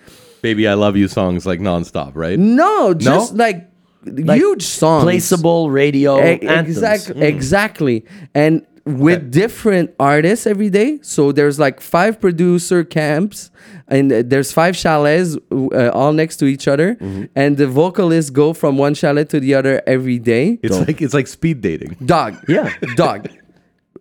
"Baby, I love you" songs like nonstop, right? No, just like, huge songs. Placeable radio Oh, E- anthems. Exactly. Mm. Exactly. And with different artists every day. So there's like five producer camps and uh, there's five chalets uh, all next to each other. Mm-hmm. And the vocalists go from one chalet to the other every day. It's like it's like speed dating. Dog. Yeah. Dog.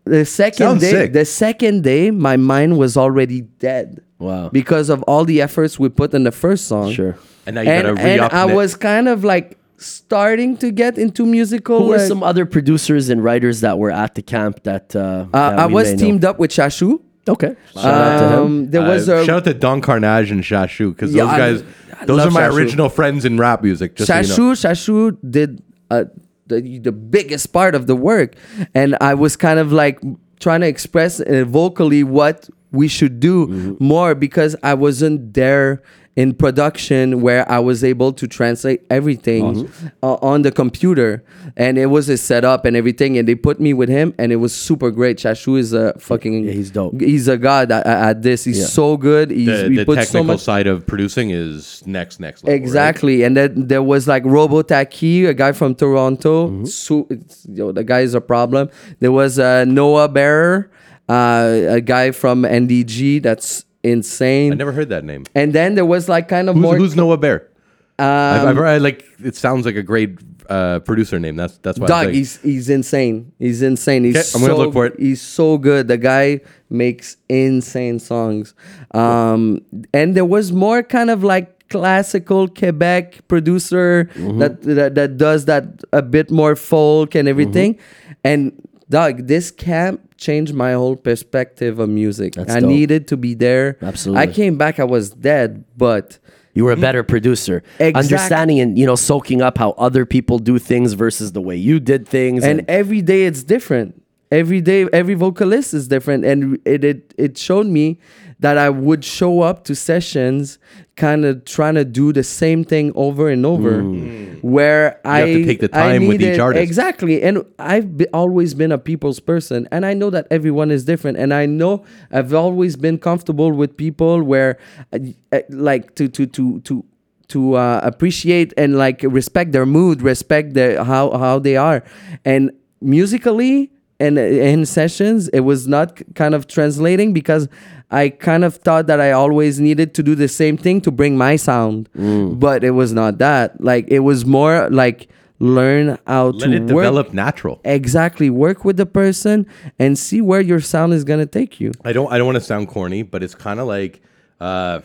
The second Sounds day, sick. the second day, my mind was already dead. Wow. Because of all the efforts we put in the first song Sure. And now you gotta re-up and I ne- was kind of like starting to get into musical. Who were like- some other producers and writers that were at the camp that, uh, uh, that I we was may know? teamed up with Shashu. Okay. Shout out to him. Um, there was Uh, a shout out to Don Carnage and Shashu because Yeah, I- those guys, I those love are my Shashu. original friends in rap music. Just Shashu. so you know. Shashu did uh, the, the biggest part of the work, and I was kind of like trying to express uh, vocally what we should do more because I wasn't there in production where I was able to translate everything uh, on the computer, and it was a setup and everything, and they put me with him, and it was super great. Shashu is a fucking Yeah, he's dope. He's a god at, at this. He's Yeah. so good. He's, The, he the puts so technical much side of producing is next, next level. right? Exactly, and then there was like Robo Taki, a guy from Toronto. Mm-hmm. So it's, yo, the guy is a problem. There was uh, Noah Bearer, uh, a guy from NDG. That's insane. I never heard that name. and then there was like kind of Who's, more. Um, who's Noah Bear? I've, I've, I like it sounds like a great uh, producer name. That's that's why. I was Doug, like- he's he's insane. He's insane. He's 'Kay, I'm gonna so- look for it. He's so good. The guy makes insane songs. Um, and there was more kind of like classical Quebec producer Mm-hmm. that, that that does that a bit more folk and everything. Mm-hmm. And Doug, this camp changed my whole perspective of music. I dope. needed to be there. I Absolutely. came back. I was dead, but. You were a better producer. Exact- Understanding and, you know, soaking up how other people do things versus the way you did things. and every day it's different every day every vocalist is different and it it, it showed me that i would show up to sessions kind of trying to do the same thing over and over where i have to take the I time with each needed- artist. exactly and i've be, always been a people's person and i know that everyone is different and i know i've always been comfortable with people where uh, uh, like to to to to to uh, appreciate and like respect their mood, respect their how how they are, and musically and uh, in sessions, it was not k- kind of translating because I kind of thought that I always needed to do the same thing to bring my sound, but it was not that. Like it was more like learn how let to it work develop natural. exactly work with the person and see where your sound is gonna take you. I don't I don't want to sound corny, but it's kind of like uh,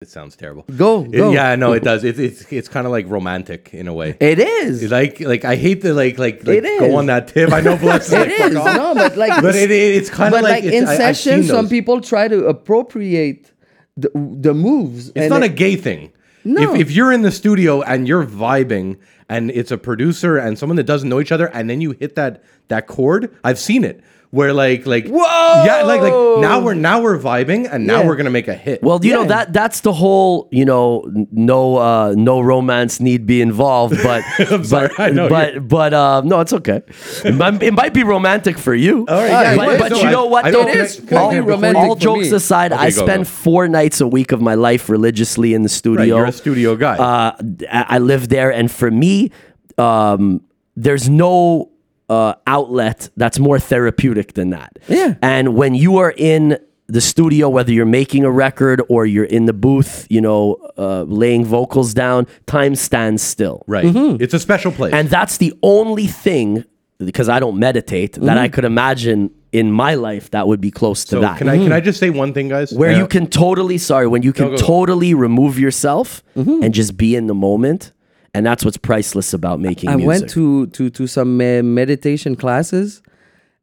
it sounds terrible. Go, It- go. yeah, no, it does. It's it's it's kind of like romantic in a way. It is. It's like like I hate to like like, like It is. go on that tip. I know bless It is. No, but like but it, it, it's kind of but like, like, it's- in I- I've sessions, seen some those. people try to appropriate the, the moves. It's not a gay thing. No. If, if you're in the studio and you're vibing and it's a producer and someone that doesn't know each other and then you hit that that chord, I've seen it where like like Whoa! yeah like like now we're now we're vibing and now Yeah. we're gonna make a hit. Well, you know Yeah. that that's the whole you know n- no uh, no romance need be involved, but but sorry, I know but but um, no, it's okay. It might, it might be romantic for you, All right, yeah, but, it is. but No, you I- know what? I though? don't It is connect- connect fully it before romantic you- all for jokes me. aside, Okay, I go, spend go. four nights a week of my life religiously in the studio. Right, you're a studio guy. Uh, I I live there, and for me, um, there's no uh, outlet that's more therapeutic than that. Yeah. And when you are in the studio, whether you're making a record or you're in the booth, you know, uh, laying vocals down, time stands still. right. Mm-hmm. It's a special place. And that's the only thing, because I don't meditate, that I could imagine in my life that would be close to Mm-hmm. so that can I Mm-hmm. can I just say one thing, guys? where Yeah. you can totally sorry when you can go, Mm-hmm. go. totally remove yourself and just be in the moment and that's what's priceless about making I music went to to to some uh, meditation classes,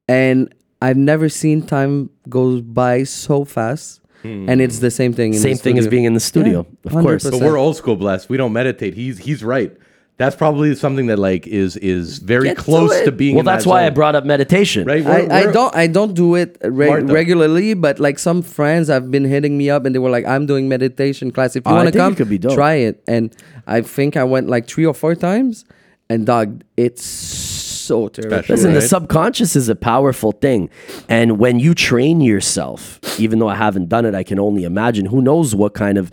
and I've never seen time go by so fast. And it's the same thing. In same the thing as studio. being in the studio Yeah, of course 100%. Hmm. But we're old school blessed. We don't meditate. He's he's right. That's probably something that like is is very Get to close to, it. being. well in that's that why i zone, brought up meditation right. We're- I, I we're- don't I don't do it re- Smart, though. regularly, but like some friends have been hitting me up and they were like, "I'm doing meditation class. If you Oh, Ah, I want to think it come, could be dope. try it." And I think I went like three or four times, and dog, it's so terrible. Special. Listen, the Right. subconscious is a powerful thing. And when you train yourself, even though I haven't done it, I can only imagine who knows what kind of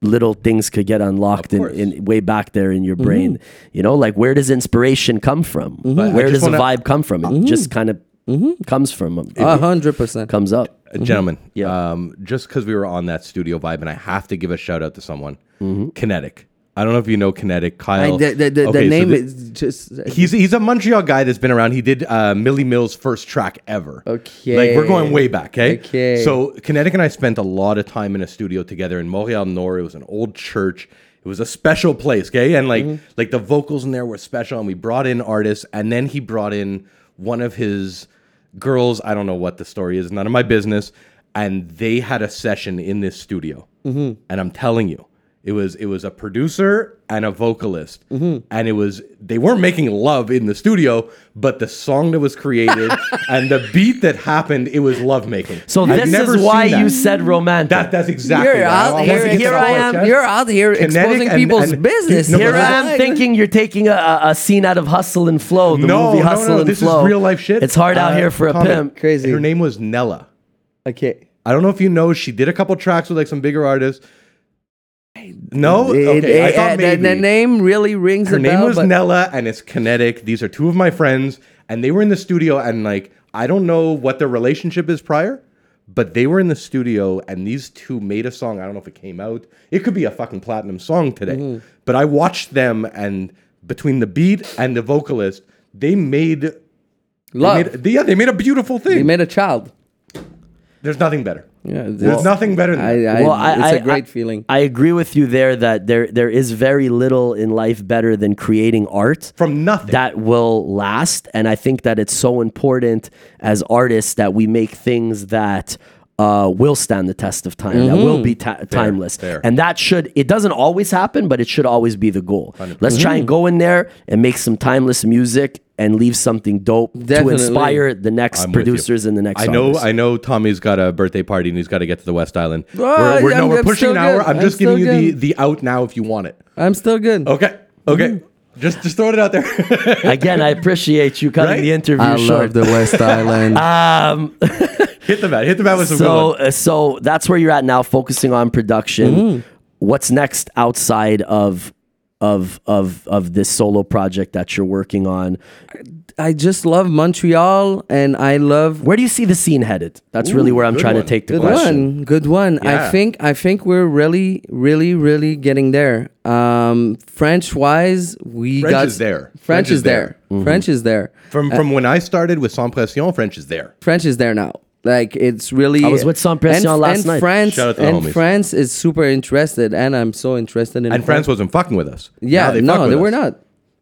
little things could get unlocked in, course. in way back there in your brain. You know, like where does inspiration come from? But Mm-hmm. I Where just does the wanna- Mm-hmm. vibe come from? It just kind of comes from, uh, A hundred percent. comes up. Uh, gentlemen, Mm-hmm. Yeah. um, just because we were on that studio vibe, and I have to give a shout out to someone, Mm-hmm. Kinetic. I don't know if you know Kinetic, Kyle. I, the the, the, the Okay, so name thi- is just uh, He's he's a Montreal guy that's been around. He did uh, Millie Mills' first track ever. Okay. like we're going way back. Okay, Okay. So Kinetic and I spent a lot of time in a studio together in Montreal Nord. It was an old church. It was a special place, okay? And like like the vocals in there were special, and we brought in artists, and then he brought in one of his girls. I don't know what the story is, none of my business. And they had a session in this studio, and I'm telling you, it was it was a producer and a vocalist, and it was they weren't making love in the studio, but the song that was created and the beat that happened, it was love making. So I've this never is why seen that. you said romantic. That, that's exactly You're why. out wanted here- to get here that I off my am- chest. You're out here Kinetic exposing and- people's and- business. No, Here but I that's- am thinking you're taking a, a, a scene out of Hustle and Flow, the no, movie no, Hustle no, and this Flow. is real life shit. It's hard out Uh, here for a Tommy, pimp. Crazy. Her name was Nella. Okay. I don't know if you know, she did a couple tracks with like some bigger artists. No, okay. It- it- I thought uh, the- maybe. The, name really rings her a name bell, was but Nella, and it's Kinetic. These are two of my friends, and they were in the studio, and like I don't know what their relationship is prior, but they were in the studio, and these two made a song. I don't know if it came out. It could be a fucking platinum song today. Mm-hmm. But I watched them, and between the beat and the vocalist, they made. they love. made- yeah, they made a beautiful They thing. made a child. There's nothing better. Yeah, There's nothing better than I, that. I, Well, I- it's I- a great I- feeling. I agree with you there that there there is very little in life better than creating art from nothing. that will last. And I think that it's so important as artists that we make things that uh, will stand the test of time, that will be ti- timeless. Mm-hmm. fair. And that should, it doesn't always happen, but it should always be the goal. Let's try and go in there and make some timeless music and leave something dope Definitely. to inspire the next I'm with you. producers and the next I know, artists. I know. Tommy's got a birthday party and he's got to get to the West Island. Oh, we're we're, no, I'm- we're I'm pushing still an hour. good. I'm I'm just still giving you good. the the out now if you want it. Mm. I'm still good. Okay, okay. Just just throwing it out there. Again, I appreciate you cutting Right? the interview I short. love the West Island. hit the bat. Hit the bat with some good so ones. uh, so that's where you're at now focusing on production Mm-hmm. what's next outside of of of of this solo project that you're working on I just love Montreal, and I love where do you see the scene headed that's really Ooh, where i'm good trying one. to take the good question one. Good one. Yeah. I think I think we're really, really, really getting there. Um, French wise, we French got is Mm-hmm. there. French, is, there. French is there. From from when I started with Sans Pression, French is there. French is there now. Like it's really. I was with Sam Pression and, last and night. France, Shout out to the and homies. France is super interested, and I'm so interested in And France wasn't fucking with us. Yeah, Now Mm-hmm. they fuck no, with they us. were not.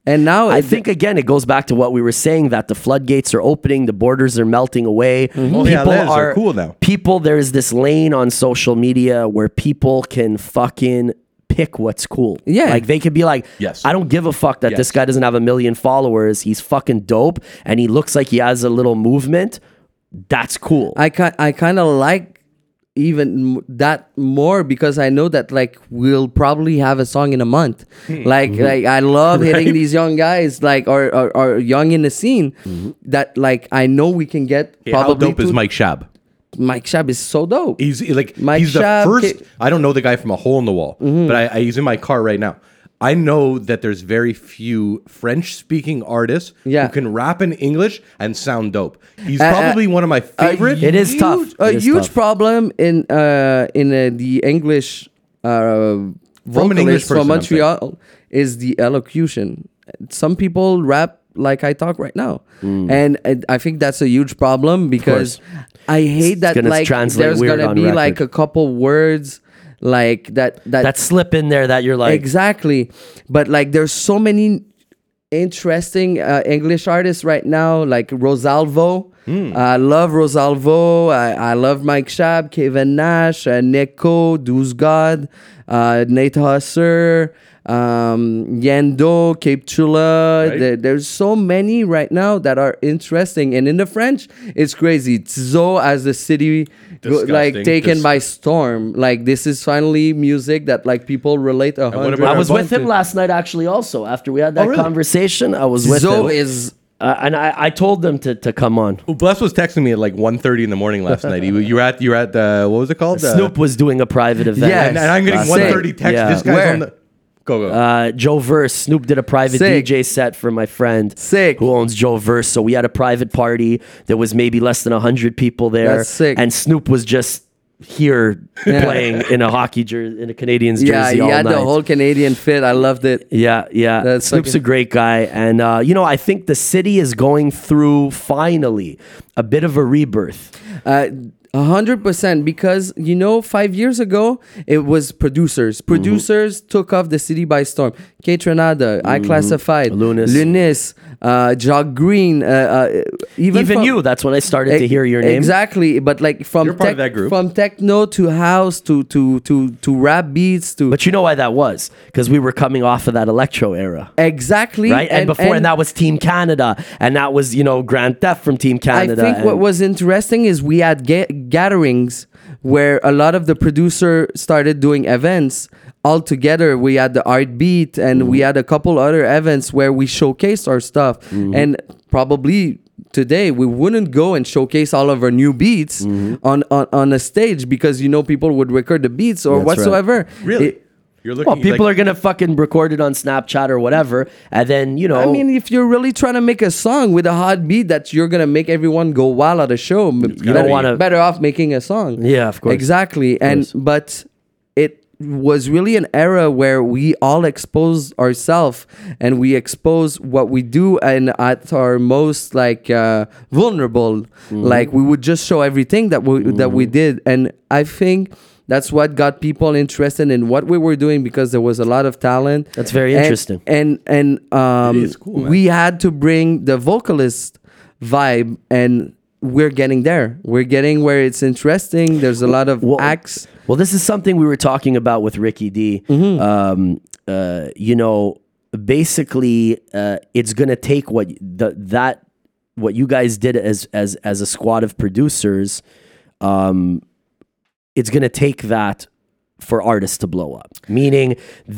And now I it- think again, it goes back to what we were saying that the floodgates are opening, the borders are melting away. Oh, yeah, Liz, they're cool now. People, there is this lane on social media where people can fucking pick what's cool. Yeah. like they could be like, Yes. I don't give a fuck that this Yes. guy doesn't have a million followers. He's fucking dope, and he looks like he has a little movement. That's cool. I kind I kind of like even m- that more because I know that like we'll probably have a song in a month. Hmm. like Mm-hmm. like I love hitting these young guys like or or, or young in the scene that like I know we can get Okay, Mm-hmm. how probably dope is to- Mike Shab? Mike Shab is so dope. He's like Mike he's the Schaub first. ca- Mm-hmm. I don't know the guy from a hole in the wall, but I, I, he's in my car right now. I know that there's very few French-speaking artists Yeah. who can rap in English and sound dope. He's Uh, probably one of my favorite. It is huge, tough. A It is huge tough. problem in uh, in uh, the English uh, From an English vocalist person, I'm from Montreal is the elocution. Some people rap like I talk right now, Hmm. and I I think that's a huge problem because I hate that gonna like translate there's weird gonna on be record. like a couple words like that that that slip in there that you're like, exactly but like there's so many interesting uh, english artists right now like rosalvo Hmm. i love rosalvo I, I love mike shab kevin nash uh, neko Deuce god uh, nate husser um, yendo cape chula Right. There- there's so many right now that are interesting and in the french it's crazy Tzo as the city go- like Disgusting. taken Dis- by storm like this is finally music that like people relate a what hundred about- I was with Bumped him it. last night actually. Also, after we had that Oh, really? conversation, I was with Zo him. is Uh, and I, I told them to, to come on. Well, Bless was texting me at like 1.30 in the morning last night. You, you were at you were at the what was it called? The- Snoop was doing a private event. Yeah, and, and I'm getting last Same. one night. thirty text. Yeah. This guy's Where? on the go go. Uh, Joe Verse, Snoop did a private Sick. DJ set for my friend Sick. who owns Joe Verse. So we had a private party. There was maybe less than 100 people there. That's sick. And Snoop was just here Yeah. playing in a hockey jersey, in a Canadians jersey yeah he all had night. the whole Canadian fit I loved it Yeah, yeah. That's Snoop's fucking- a great guy. And, uh, you know, I think the city is going through finally a bit of a rebirth. uh, A hundred percent, because you know, five years ago it was producers. Mm-hmm. Producers took off the city by storm. K Tronada, Mm-hmm. I classified, Lunas. Lunis, uh, Jock Green, uh, uh, even Even from- you. That's when I started to E- hear your name. exactly. But like from You're part of tech- that group. from techno to house to to to to rap beats to But you know why that was? Because we were coming off of that electro era. exactly Right? And, before, and, that was Team Canada. And that was, you know, Grand Theft from Team Canada. I think what and- was interesting is we had ga- gatherings where a lot of the producer started doing events all together. We had the art beat and Mm-hmm. we had a couple other events where we showcased our stuff Mm-hmm. and probably today we wouldn't go and showcase all of our new beats Mm-hmm. on, on on a stage because you know people would record the beats or That's right. whatsoever Really? It- You're looking Well, people are going to fucking record it on Snapchat or whatever. And then, you know. I mean, if you're really trying to make a song with a hot beat that you're gonna make everyone go wild at a show, m- gotta better- be- wanna- better off making a song. Yeah, of course. exactly. And but it was really an era where we all expose ourselves and we expose what we do and at our most like uh, vulnerable. Mm-hmm. Like we would just show everything that we that we did, and I think. That's what got people interested in what we were doing because there was a lot of talent. That's very And- interesting. And and um, is cool, man. we had to bring the vocalist vibe, and we're getting there. We're getting where it's interesting. There's a lot of Well- acts. Well, this is something we were talking about with Ricky D. Um, uh, you know, basically, uh, it's gonna take what the, that what you guys did as as as a squad of producers. Um, it's gonna take that for artists to blow up, meaning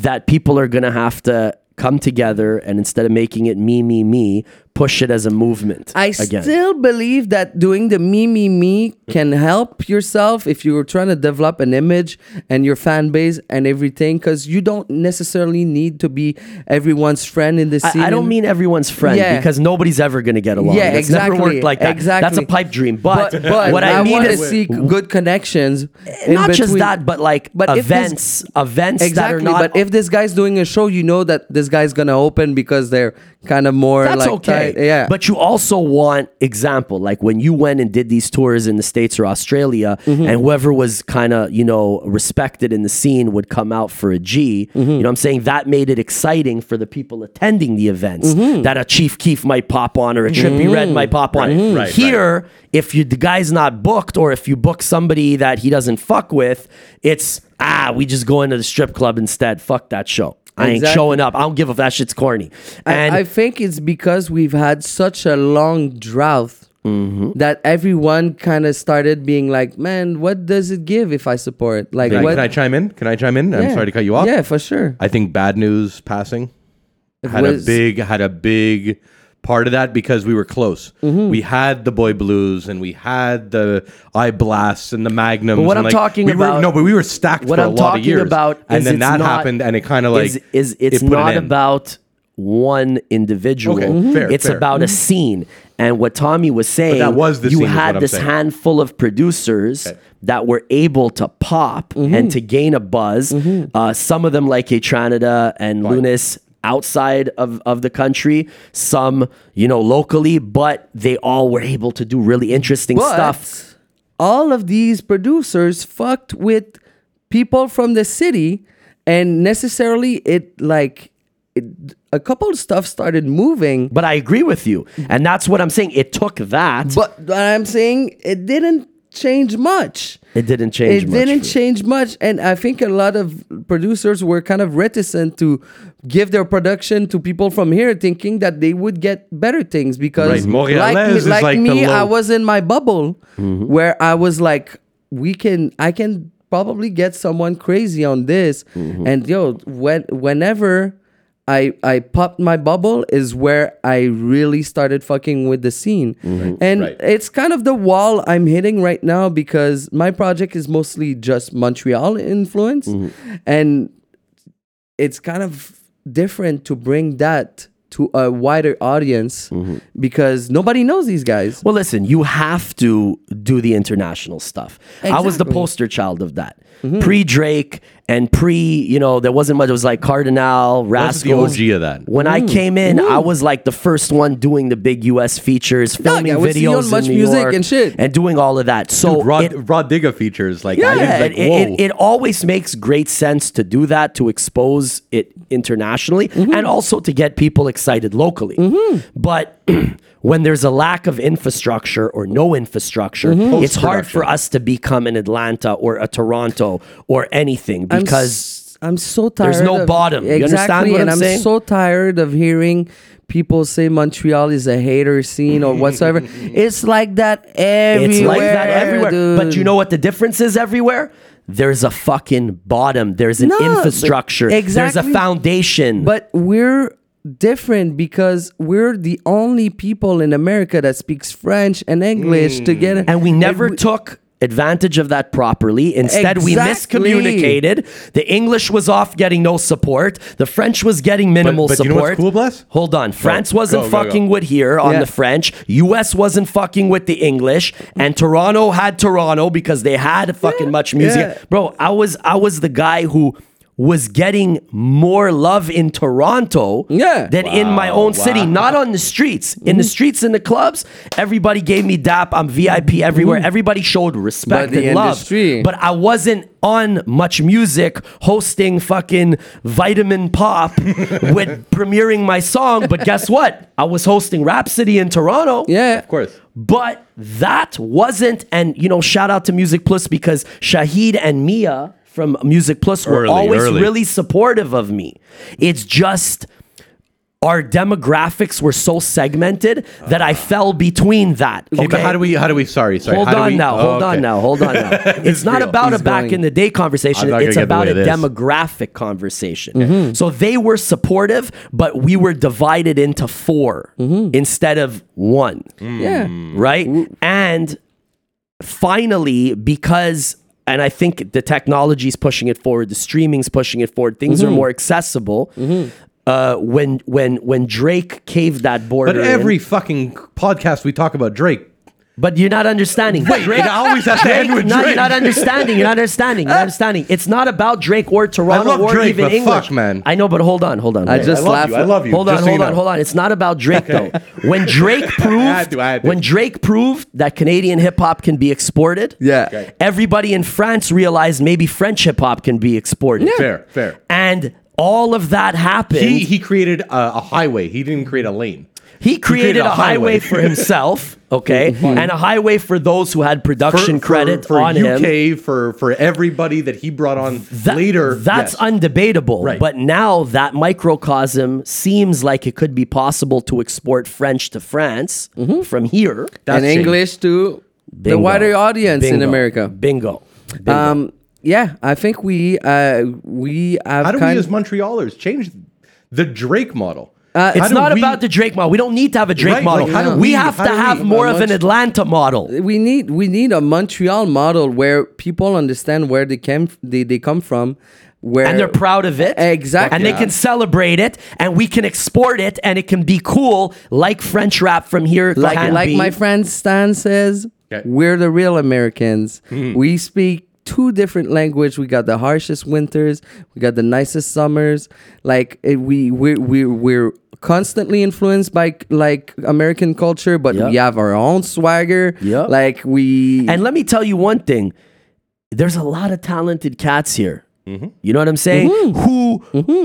that people are gonna have to come together and instead of making it me me me, push it as a movement. I again. still believe that doing the me me me can help yourself if you're trying to develop an image and your fan base and everything, because you don't necessarily need to be everyone's friend in the scene. I, I don't mean everyone's friend Yeah. because nobody's ever going to get along. Yeah, That's exactly. Never worked like that. Exactly. That's a pipe dream. But, But, but what I, I, mean want to is see good connections. in not just between. that, but like But if this- events, events Exactly, that are not. but if this guy's doing a show, you know that this guy's gonna open because they're kind of more that's like okay. tight- yeah. But you also want example, like when you went and did these tours in the states or Australia, Mm-hmm. and whoever was kind of you know respected in the scene would come out for a G. Mm-hmm. You know, what I'm saying that made it exciting for the people attending the events Mm-hmm. that a Chief Keef might pop on or a Trippy Red might pop on. Mm-hmm. Right, right, Here, if you the guy's not booked or if you book somebody that he doesn't fuck with, it's ah we just go into the strip club instead. Fuck that show. I ain't Exactly. showing up. I don't give a f- that shit's corny. And I, I think it's because we've had such a long drought Mm-hmm. that everyone kind of started being like, "Man, what does it give if I support?" Like, Can, I- what? can I chime in? Can I chime in? I'm Yeah. sorry to cut you off. Yeah, for sure. I think bad news passing had was- a big had a big part of that because we were close. Mm-hmm. We had the boy blues and we had the eye blasts and the magnums. But what and, I'm like, talking we were- about- no, but we were stacked what for a I'm lot talking of years. about and is then it's that not- happened, and it kind of like is is it's it put an not end. about one individual. Okay, Mhm. fair, it's fair. about a scene. And what Tommy was saying, that was the you scene is what had I'm this saying. handful of producers that were able to pop Mm-hmm. and to gain a buzz. Uh, some of them, like Atranida and Lunis, outside of, of the country, some, you know, locally, but they all were able to do really interesting But stuff. all of these producers fucked with people from the city, and necessarily it like it, a couple of stuff started moving. But I agree with you. And that's what I'm saying. It took that. But but I'm saying it didn't change much. it didn't change it much. didn't for- change much, and I think a lot of producers were kind of reticent to give their production to people from here, thinking that they would get better things because, Right, Montrealais like, me- is like like the me, low- Mm-hmm. I was in my bubble where I was like, we can, I can probably get someone crazy on this, Mm-hmm. and yo, when whenever. I, I popped my bubble is where I really started fucking with the scene. And Mm-hmm. Right. it's kind of the wall I'm hitting right now because my project is mostly just Montreal influence. Mm-hmm. And it's kind of different to bring that to a wider audience Mm-hmm. because nobody knows these guys. Well, listen, you have to do the international stuff. I was the Exactly. Mm-hmm. poster child of that. Pre Drake and pre, you know, there wasn't much. It was like Cardinal, That's the Rascals. OG of that. When Mm. I came in, I was like the first one doing the big US features, filming I would see you on videos Much in New Music York and shit. and doing all of that. So Dude, Rod, it, Rod Digga features like, I yeah, was like it, it- whoa. it always makes great sense to do that to expose it internationally Mm-hmm. and also to get people excited locally. But when there's a lack of infrastructure or no infrastructure, Mm-hmm. it's hard for us to become an Atlanta or a Toronto or anything I'm because. s- I'm so tired. no of- bottom. You Exactly, understand what and I'm I'm saying? so tired of hearing people say Montreal is a hater scene or whatsoever. it's like that everywhere. It's like that everywhere. But dude. you know what the difference is everywhere? There's a fucking bottom. There's an No, but- infrastructure. There's a exactly. foundation. But we're different because we're the only people in America that speaks French and English together. Mm. and we never took advantage of that properly. Instead, we Exactly. miscommunicated. The English was off getting no support. The French was getting minimal but you support. know what's cool, Bless? Hold on. France go, wasn't go, go. fucking with here on Yeah. the French. US wasn't fucking with the English. And Toronto had Toronto because they had fucking much music. yeah. Bro, I was I was the guy who was getting more love in Toronto Yeah. than in my Wow, own city, wow. not on the streets. In Mm-hmm. the streets, in the clubs, everybody gave me dap. I'm VIP everywhere. Everybody showed respect Mm-hmm. But the and love. industry- But I wasn't on much music hosting fucking Vitamin Pop with premiering my song. But guess what? I was hosting Rhapsody in Toronto. yeah, of course. But that wasn't, and you know, shout out to Music Plus because Shahid and Mia from Music Plus were Early, always early. really supportive of me. It's just our demographics were so segmented that I fell between that. Okay, but how do we? How do we? Sorry, sorry. Hold how do on we- now. oh, Hold on okay. now. Hold on now. It's not real. about He's a back going- in the day conversation. I'm not gonna It's get in the about way a of this. Mm-hmm. demographic conversation. So they were supportive, but we were divided into 4 Mm-hmm. instead of one yeah. Mm. right? And finally, because and I think the technology is pushing it forward, the streaming's pushing it forward, things Mm-hmm. are more accessible. Uh, when when when Drake caved that border, But every in, fucking podcast we talk about Drake. but you're not understanding. Wait, it always has to end with No, you're Drake. not understanding. You're not understanding. You're not understanding. It's not about Drake or Toronto love or Drake, even but English. fuck, man. I know, but hold on, hold on. I Wait. just I love laugh. you. I love you. Hold on, just so you hold on, know. hold on. It's not about Drake though. When Drake proved had to, I had to. when Drake proved that Canadian hip hop can be exported, Yeah. Okay. everybody in France realized maybe French hip hop can be exported. Fair, fair. And all of that happened. He He, he created a, a highway. He didn't create a lane. created, a, highway, for himself, okay, and a highway for those who had production credit Mm-hmm. for on him. UK for for everybody that he brought on That- later. That's yes. undebatable. Right. But now that microcosm seems like it could be possible to export French to France from here. Mm-hmm. That's and shame. English to the Bingo. wider audience in Bingo. America. Bingo. Uh, Bingo. Um, yeah, I think we uh, we have How do we kind as Montrealers change the Drake model? How Uh, it's do not we- about the Drake model. We don't need to have a Drake Right, model. like, how do we, we- have to how do have we- more how of an much- Atlanta model. we need we need a Montreal model where people understand where they came they, they come from, where And they're proud of it. Exactly. And they can celebrate it and we can export it and it can be cool like French rap from here. like can like be. my friend Stan says, Okay. we're the real Americans. We speak two different language. We got the harshest winters. We got the nicest summers. Like it, we we we we're constantly influenced by like American culture, but we Yep. have our own swagger. Yep. Like we And let me tell you one thing there's a lot of talented cats here. You know what I'm saying? Who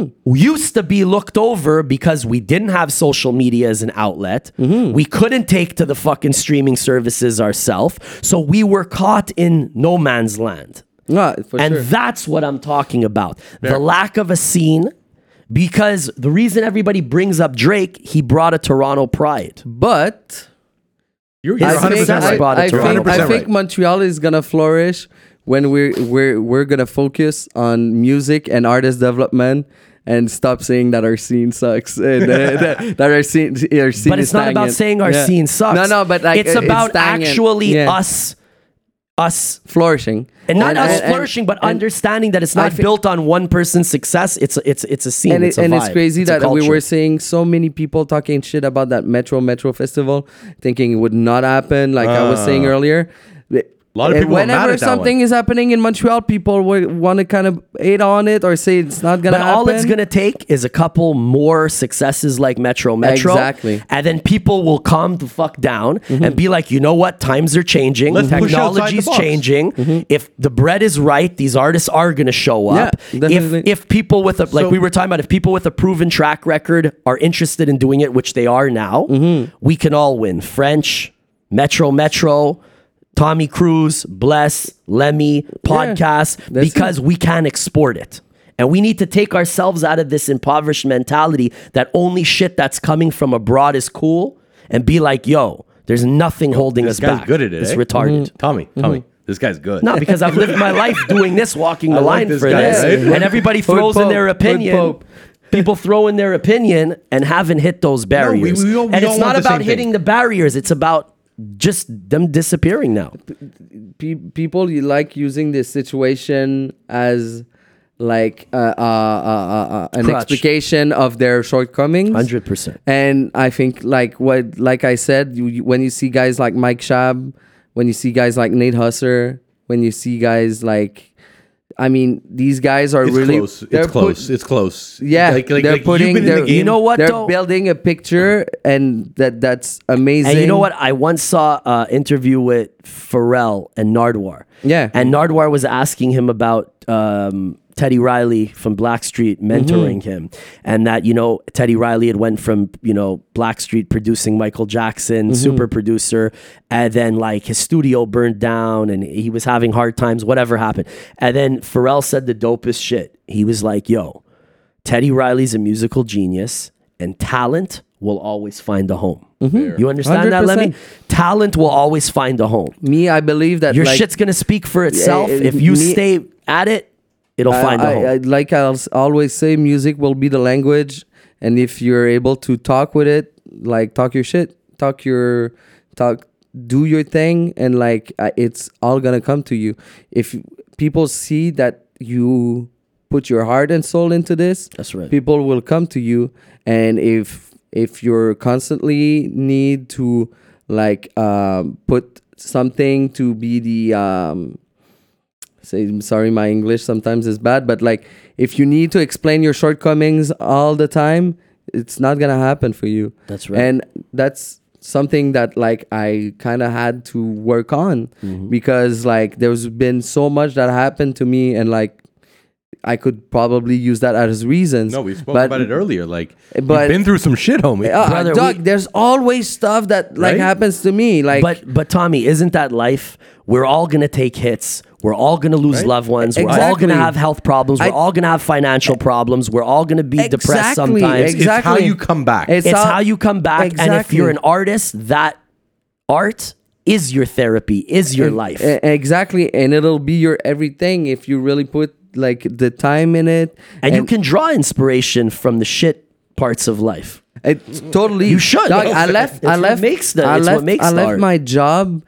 used to be looked over because we didn't have social media as an outlet. We couldn't take to the fucking streaming services ourselves. So we were caught in no man's land. no, for And sure. that's what I'm talking about. The lack of a scene. Because the reason everybody brings up Drake, he brought a Toronto pride. but You're, you're I think 100 percent I- right. brought it I to think, Toronto. I 100% think right. Montreal is gonna flourish when we're we're we're gonna focus on music and artist development and stop saying that our scene sucks and uh, that, that our scene our scene but is it's not about stagnant. saying our Yeah. scene sucks. No, no, but like it's it- about stagnant. actually Yeah. us, us, flourishing and not us and- and- flourishing, but and- understanding that it's not thi- built on one person's success. It's a, it's it's a scene. and, it's it, a and it's vibe, crazy a that we culture. were seeing so many people talking shit about that Metro Metro Festival, thinking it would not happen. Like I was saying earlier, Uh. A lot of And people were mad whenever at that something one. is happening in Montreal, people want to kind of hate on it or say it's not gonna But happen. all it's going to take is a couple more successes like Metro Metro. Exactly. Mm-hmm. And then people will calm the fuck down and be like, you know what? Times are changing. Let's push outside the Technology's box." changing. If the bread is right, these artists are going to show Mm-hmm. Yeah, up. if, definitely. if people with a, like we were talking about, if people with a proven track record are interested in doing it, which they are now, Mm-hmm. we can all win. French, Metro Metro. Tommy Cruise, Bless, Lemmy, podcast that's it. because we can export it. And we need to take ourselves out of this impoverished mentality that only shit that's coming from abroad is cool and be like, yo, there's nothing holding This us guy's back. good at it. It's eh? retarded. Tommy, Tommy, this guy's good. Mm-hmm. No, because I've lived my life doing this, walking the like line this for guy, this. right? And everybody Hood throws in their Pope, Hood opinion. Pope. People throw in their opinion and haven't hit those barriers. we all- we and all it's not want the about same hitting thing. the barriers, it's about just them disappearing now. pe- people you like using this situation as like uh, uh, uh, uh, uh, an Crutch. explication of their shortcomings. 100%. And I think like what like I said, you, you, when you see guys like Mike Shab, when you see guys like Nate Husser, when you see guys like, I mean, these guys are it's really close. they're It's put- close. it's close. yeah, like, like, they're like putting. You've been they're, in the game. You know what, They're though? building a picture, and that that's amazing. And you know what? I once saw an interview with Pharrell and Nardwar. Yeah. And Nardwar was asking him about um, Teddy Riley from Blackstreet mentoring Mm-hmm. him, and that you know Teddy Riley had went from you know Blackstreet producing Michael Jackson, Mm-hmm. super producer, and then like his studio burned down, and he was having hard times. Whatever happened, and then Pharrell said the dopest shit. He was like, "Yo, Teddy Riley's a musical genius, and talent will always find a home. Mm-hmm. You understand that, Lemmy? 100%. Talent will always find a home. Me, I believe that Your like, shit's gonna speak for itself. Yeah, if you me- stay at it, it'll find a I- home. I- like I als- always say, music will be the language, and if you're able to talk with it, like talk your shit, talk your talk, do your thing, and like uh, it's all gonna come to you. If you- people see that you put your heart and soul into this, That's right. People will come to you, and if if you're constantly need to like um, put something to be the um, say I'm sorry my english sometimes is bad but like if you need to explain your shortcomings all the time it's not gonna happen for you That's right. and that's something that like i kind of had to work on Mm-hmm. because like there's been so much that happened to me and like i could probably use that as reasons No, we spoke but- about it earlier. Like, but- you've been through some shit, homie. uh, Brother, Doug, we- there's always stuff that like Right? happens to me like but but Tommy, isn't that life? We're all gonna take hits. We're all gonna lose Right? loved ones. We're all Exactly. gonna have health problems. We're I- Eh, all gonna have financial problems. We're all gonna be depressed Exactly, sometimes. exactly. It's how you come back. It's- It's So- how you come back. And if Exactly. you're an artist, that art is your therapy, is your life. E- exactly and it'll be your everything if you really put like the time in it and, you can draw inspiration from the shit parts of life. It's totally. You should. Dog, I left. It's I what left. makes the- I it's what left, makes I the left art. my job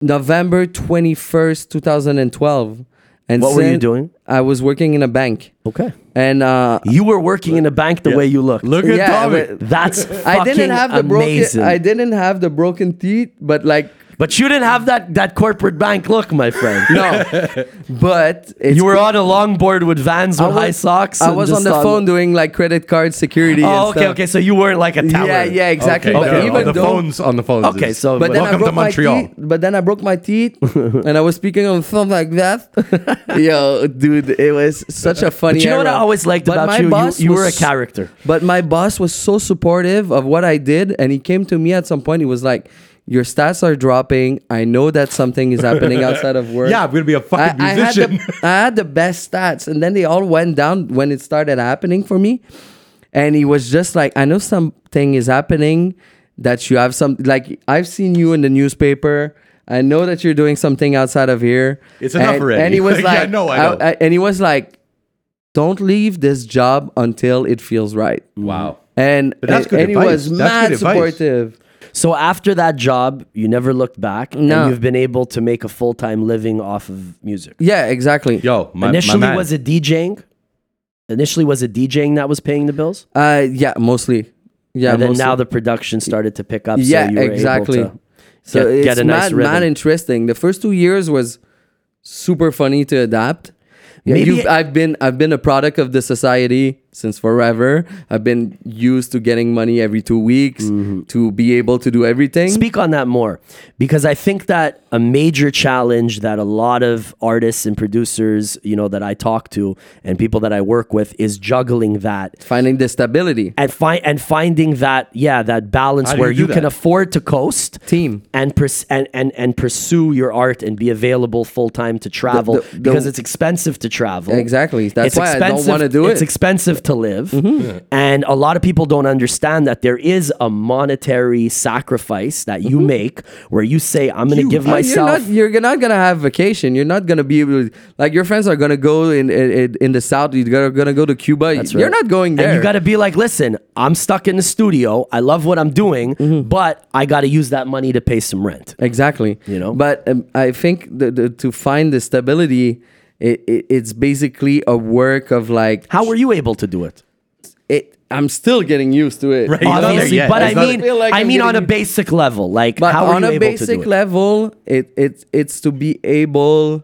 November twenty first, two thousand and twelve. And What were you since- doing? I was working in a bank, Okay. and uh, You were working in a bank the way you look. Look at Yeah, Tommy. but- That's fucking I didn't have the amazing. broken. I didn't have the broken teeth, but like but you didn't have that that corporate bank look, my friend. no. but it's, You were on a longboard with Vans with I was- high socks. I and was on just the phone doing like credit card security. and Oh, okay, stuff. okay. So you weren't like a tower. Yeah, yeah, exactly. Okay, But no, okay. even on the though, phones, on the phones. Okay, is- so But then I Welcome broke to Montreal. My teeth, but then I broke my teeth, and I was speaking on the phone like that. Yo, dude, it was such a funny. But you know what I era. always liked But my about you? You, boss you were a was- character. But my boss was so supportive of what I did, and he came to me at some point. He was like, "Your stats are dropping. I know that something is happening outside of work." Yeah, I'm gonna be a I, fucking I had musician. the, I had the best stats, and then they all went down when it started happening for me. And he was just like, I know something is happening that you have some like I've seen you in the newspaper. I know that you're doing something outside of here. It's enough and, already. And he was Yeah, I like, know, I know. and he was like, don't leave this job until it feels right. wow. And But that's and, good and he advice. was That's mad good advice. supportive. So after that job, you never looked back, No. and you've been able to make a full time living off of music. Yeah, exactly. Yo, my, Initially, my man. was it DJing? Initially, was it DJing that was paying the bills? Uh, yeah, mostly. Yeah, and then mostly. now the production started to pick up. Yeah, so you were exactly. Able to, So Get- it's get a nice mad, mad rhythm. interesting. The first two years was super funny to adapt. Yeah, Maybe you've- it- I've been I've been a product of the society since forever. I've been used to getting money every two weeks Mm-hmm. to be able to do everything. Speak on that more because I think that a major challenge that a lot of artists and producers, you know, that I talk to and people that I work with is juggling that finding the stability and find and finding that yeah that balance How do where you you, do can that? afford to coast Team. and pers- and, and and pursue your art and be available full time to travel the- because it's expensive to travel Exactly. That's It's why I don't expensive- wanna do it's it. Mm-hmm. expensive to live and a lot of people don't understand that there is a monetary sacrifice that you make where you say I'm going to give Mm-hmm. Uh, myself You're not, you're not gonna have vacation. You're not gonna be able to like your friends are gonna go in in, in the south. You're gonna, gonna go to Cuba. right. You're not going there. And you got to be like, listen, I'm stuck in the studio. I love what I'm doing, Mm-hmm. but I got to use that money to pay some rent. Exactly. You know? But um, I think the, the, to find the stability, it, it, it's basically a work of like How were you able to do it? it. I'm still getting used to it. Right. He's not there Obviously, yet. but I He's not- mean, Feel like I I'm mean on a getting- basic level, like But how were on you a able basic to do it? level, it, it it's to be able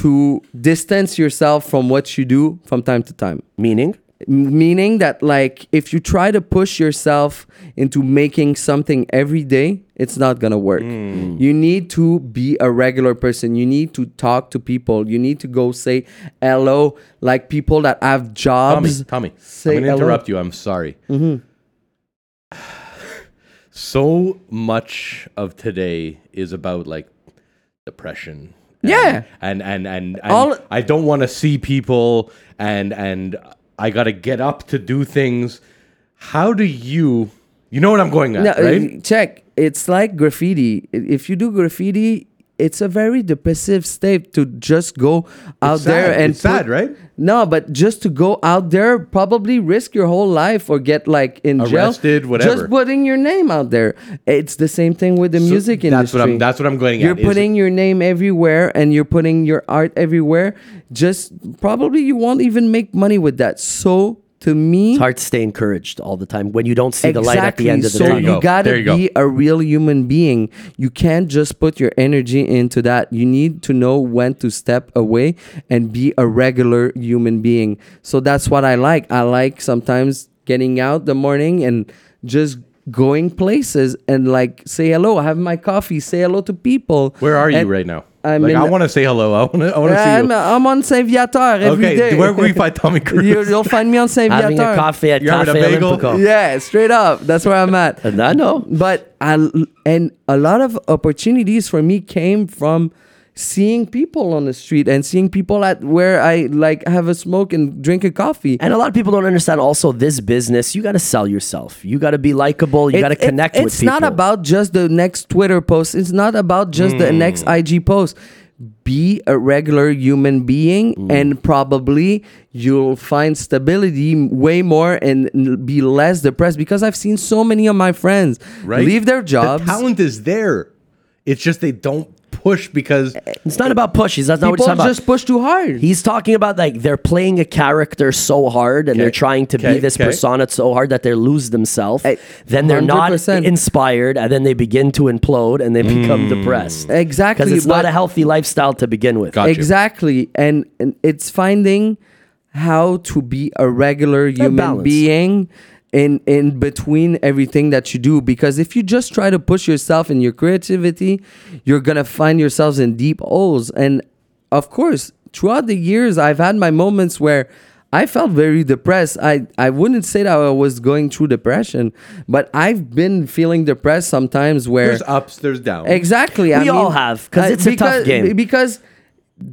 to distance yourself from what you do from time to time. Meaning, M- Meaning that like if you try to push yourself into making something every day, it's not gonna work. You need to be a regular person. You need to talk to people. You need to go say hello, like people that have Tommy, jobs. Tommy, say hello. I'm gonna Mm-hmm. interrupt you. I'm sorry. So much of today is about like depression. and- Yeah. and and and, and All- I don't want to see people, and and I gotta get up to do things. How do you? You know what I'm going at, No, right? uh, check. It's like graffiti. I- If you do graffiti, it's a very depressive state to just go out there sad. and It's sad, right? No, but just to go out there, probably risk your whole life or get like in jail. Arrested, whatever. Just putting your name out there. It's the same thing with the So music that's industry. What I'm, that's what I'm going You're at. is- putting your name everywhere and you're putting your art everywhere. Just probably you won't even make money with that. So to me, it's hard to stay encouraged all the time when you don't see the light at the end of the so tunnel. you go. gotta There you go. be a real human being. You can't just put your energy into that. You need to know when to step away and be a regular human being. So that's what I like. I like sometimes getting out the morning and just going places and like say hello, have my coffee, say hello to people. where are you And right now? I'm like, in- I want to say hello. I want to. I want to see I'm, you. I'm on Saint Viator every day. okay, where can we find Tommy Cruz? you, will find me on Saint Having Viator. a coffee at You're having a Cafe bagel? Olympico. Yeah, straight up. That's where I'm at. And I know. But I and a lot of opportunities for me came from seeing people on the street and seeing people at where I like have a smoke and drink a coffee. And a lot of people don't understand. Also, this business, you got to sell yourself. You got to be likable. You It- got to it- connect with it's people. not about just the next Twitter post. It's not about just the Hmm. next IG post. Be a regular human being, Hmm. and probably you'll find stability m- way more and n- be less depressed. Because I've seen so many of my friends right? leave their jobs. The talent is there. It's just they don't push because It's not about push. He's- That's not what he's People talking about. just push too hard. He's talking about like they're playing a character so hard and they're trying to be Okay. this Okay. persona so hard that they lose themselves. Eh, Then they're not 100%. inspired and then they begin to implode and they Hmm. become depressed. Exactly, Because it's not but- a healthy lifestyle to begin with. Got you. exactly and, and it's finding how to be a regular human balance. being in in between everything that you do because if you just try to push yourself in your creativity you're gonna find yourselves in deep holes and of course throughout the years i've had my moments where i felt very depressed i i wouldn't say that i was going through depression but i've been feeling depressed sometimes where there's ups, there's downs. Exactly. I We all mean, have, 'cause I- it's a tough because- game. Because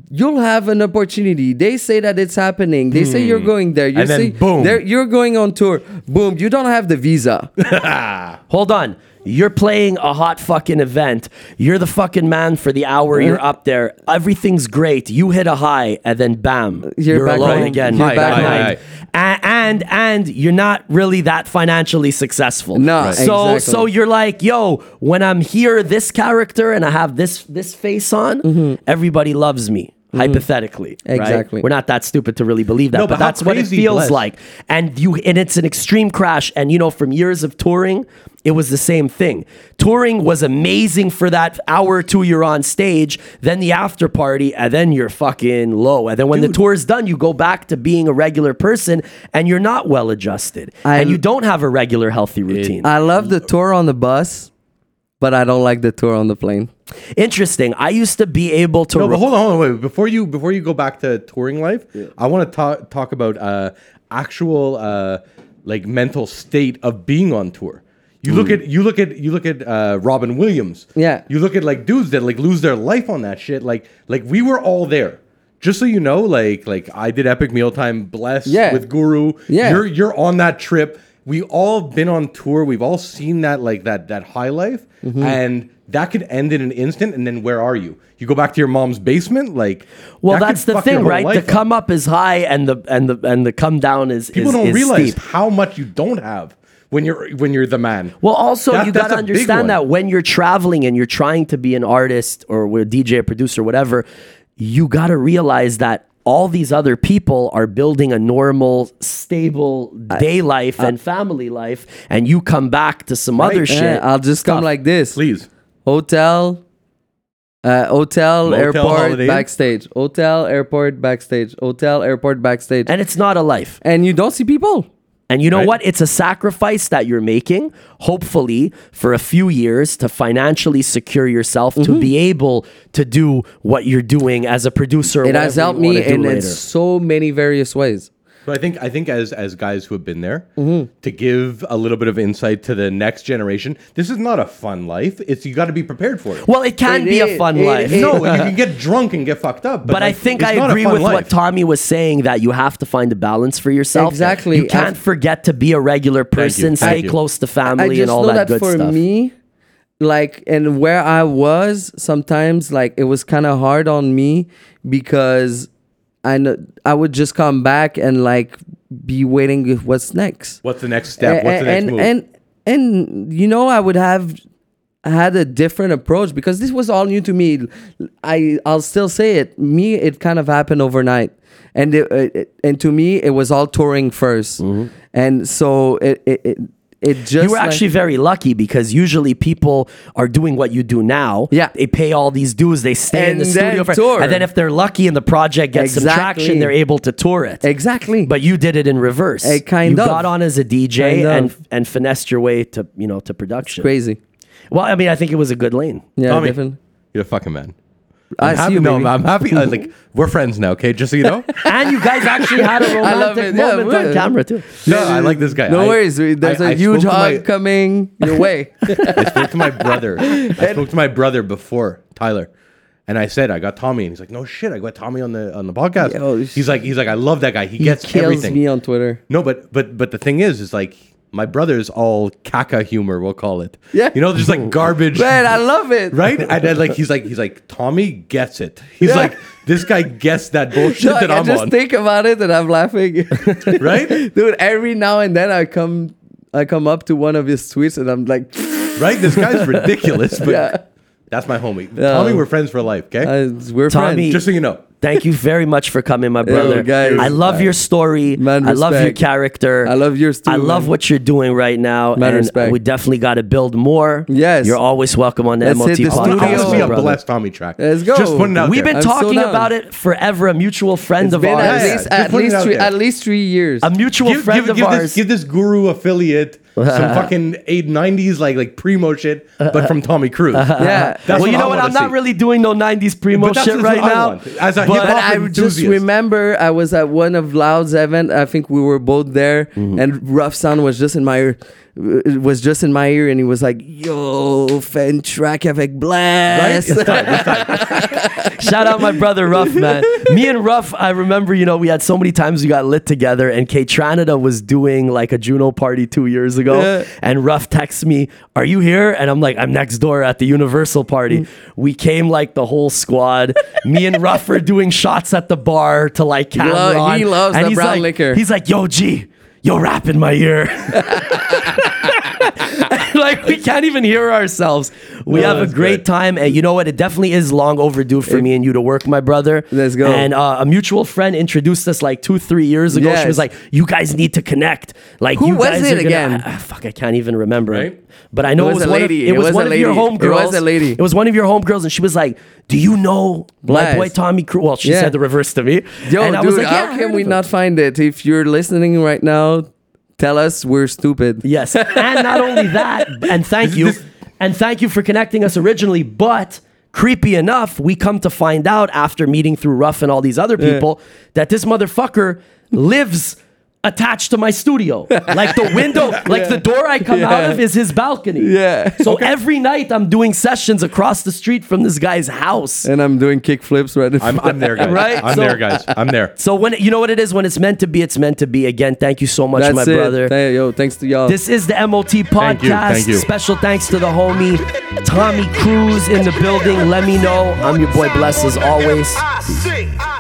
you'll have an opportunity. They say that it's happening. They say Hmm. you're going there. You And then say boom. there- You're going on tour. Boom. You don't have the visa. Hold on. You're playing a hot fucking event. You're the fucking man for the hour you're up there. Everything's great. You hit a high and then bam, You're you're, back alone home. again. You're High, back high, home. high. A- And, and you're not really that financially successful. No, Right. So exactly. so you're like, yo, when I'm here this character and I have this this face on, everybody loves me. hypothetically. right? Mm-hmm. Exactly. We're not that stupid to really believe that, No, but, but how that's what it crazy feels blessed. like. And you, and it's an extreme crash. And you know, from years of touring, it was the same thing. Touring was amazing for that hour or two you're on stage, then the after party, and then you're fucking low. And then when the tour is done, you go back to being a regular person, and you're not well adjusted, I- and you don't have a regular healthy routine. I love the tour on the bus, but I don't like the tour on the plane. Interesting. I used to be able to. No, but re- hold on, hold on, wait. Before you before you go back to touring life, I want to talk talk about uh, actual uh, like mental state of being on tour. You look at you look at you look at uh, Robin Williams. Mm. Yeah. You look at like dudes that like lose their life on that shit. Like like we were all there. Just so you know, like like I did Epic Mealtime, blessed Yeah. with Guru. Yeah. You're you're on that trip. We all been on tour. We've all seen that like that that high life, Mm-hmm. and that could end in an instant. And then where are you? You go back to your mom's basement, like. Well, that could that's the fuck your thing, whole right? The life up. come up is high, and the and the and the come down is people is, don't is realize steep. how much you don't have when you're when you're the man. Well, also That- you that's got to a big one. understand that when you're traveling and you're trying to be an artist or a DJ, a producer, whatever, you got to realize that all these other people are building a normal, stable day life and family life, and you come back to some other Uh, shit. Yeah, Eh, I'll just come Tough. like this. Please, Hotel, uh, hotel, Motel airport, holiday. backstage. Hotel, airport, backstage. Hotel, airport, backstage. And, and it's not a life. you don't see people. And you know Right. what? It's a sacrifice that you're making, hopefully, for a few years to financially secure yourself Mm-hmm. to be able to do what you're doing as a producer. or It whatever has you helped me wanna do in, in later. so many various ways. but I think I think as as guys who have been there, Mm-hmm. to give a little bit of insight to the next generation, this is not a fun life. It's you got to be prepared for it. Well, it can It be is- a fun it life. is. no, you can get drunk and get fucked up. But, But I like, think it's I not a agree fun with life. what Tommy was saying that you have to find a balance for yourself. Exactly. You can't I've- forget to be a regular person, you. stay Thank you. close to I family just and all know that, good that, for stuff. me, like, and where I was sometimes, like, it was kind of hard on me because I know I would just come back and like be waiting. with What's next? What's the next step? What's the next and, move? And and you know, I would have had a different approach because this was all new to me. I I'll still say it. Me, it kind of happened overnight, and it, it, and to me, it was all touring 1st and so it it it, it just Mm-hmm. you were like- actually very lucky because usually people are doing what you do now. Yeah. They pay all these dues, they stay in And the studio then for tour. and then if they're lucky and the project gets some Exactly. traction, they're able to tour it. exactly. But you did it in reverse. Eh, kind you of. got on as a DJ Kind and of. and finessed your way to you know to production. crazy. Well, I mean, I think it was a good lane. Yeah, Tommy, definitely. you're a fucking man. I I'm see happy, you, no, baby. I'm happy. uh, like we're friends now, okay? Just so you know. And you guys actually had a I love romantic it. Yeah, moment we- on camera too. No, I like this guy. No I- worries. we- There's a I- I huge spoke to hug my- coming your way. I spoke to my brother. I spoke to my brother before Tyler, and I said I got Tommy, and he's like, "No shit, I got Tommy on the on the podcast." Yo, he's like, he's like, I love that guy. He, he gets kills everything. me on Twitter. No, but but but the thing is, is like my brother's all caca humor. We'll call it. Yeah. you know, just like garbage. Man, I love it. Right, and then like he's like he's like Tommy gets it. He's Yeah. like this guy gets that bullshit Like, that I I'm just on. think about it and I'm laughing. right, dude every now and then i come i come up to one of his tweets and i'm like right. This guy's ridiculous, but Yeah. that's my homie. Tommy, we're friends for life. Okay, uh, we're Tommy- friends just so you know. Thank you very much for coming, my brother. guys, I love your story. man, I love your respect. character. I love yours too, I love man. what you're doing right now. Man, and respect. we definitely got to build more. Yes. You're always welcome on the Let's MOT hit the podcast. I studio. want to see my a brother. blessed Tommy track. Let's go. Just putting it out We've there. been I'm so talking down. about it forever. A mutual friend it's of been ours. at Yeah, least yeah, just at put it least out three there. at least three years A mutual give, friend give, of give ours. This, give this guru affiliate some fucking eight nineties like like primo shit, but from Tommy Cruise. yeah That's well, you know I what? wanna I'm not see. really doing no 90s primo But that's- shit that's right what I now. want. As a but- hip-hop I just enthusiast. remember I was at one of Loud's event. I think we were both there, Mm-hmm. and Rough Sound was just in my ear, it was just in my ear, and he was like, "Yo, fan track avec blast." It's time, it's time. Shout out my brother Ruff, man. Me and Ruff, I remember, you know, we had so many times we got lit together, and K Tranida was doing like a Juno party two years ago. Yeah. And Ruff texts me, Are you here? And I'm like, I'm next door at the Universal party. Mm. We came like the whole squad. me and Ruff are doing shots at the bar to like camera. Lo- on. he loves and the he's brown like, liquor. He's like, Yo, G, yo, rap in my ear. like we can't even hear ourselves. We No, have a that's great good. time, and you know what? It definitely is long overdue for me and you to work, my brother. Let's go. And uh, a mutual friend introduced us like two, three years ago. She Yes. was like, "You guys need to connect." Like, Who you was guys it are gonna- again? Ah, fuck, I can't even remember. Right? But I know it was was, a one lady. Of, it, was one a of your lady. homegirls. It was a lady. It was one of your homegirls, and she was like, "Do you know my Nice. boy Tommy Crew?" Well, she Yeah. said the reverse to me. Yo, and dude, I was like, how "Yeah, I heard can of we him." not find it? If you're listening right now, tell us we're stupid. Yes. And not only that, and thank you. And thank you for connecting us originally, but creepy enough, we come to find out after meeting through Ruff and all these other people that this motherfucker lives attached to my studio. Like the window, like the door I come out of is his balcony. Yeah. So every night I'm doing sessions across the street from this guy's house. And I'm doing kickflips right in I'm, front. I'm there, guys. Right? I'm So- there, guys. I'm there. So when you know what it is when it's meant to be, it's meant to be. Again, thank you so much, That's my it. brother. Hey, yo, thanks to y'all. This is the MOT podcast. you, thank you. Special thanks to the homie Tommy Cruz in the building. Let me know. I'm your boy Bless as always. I sing, I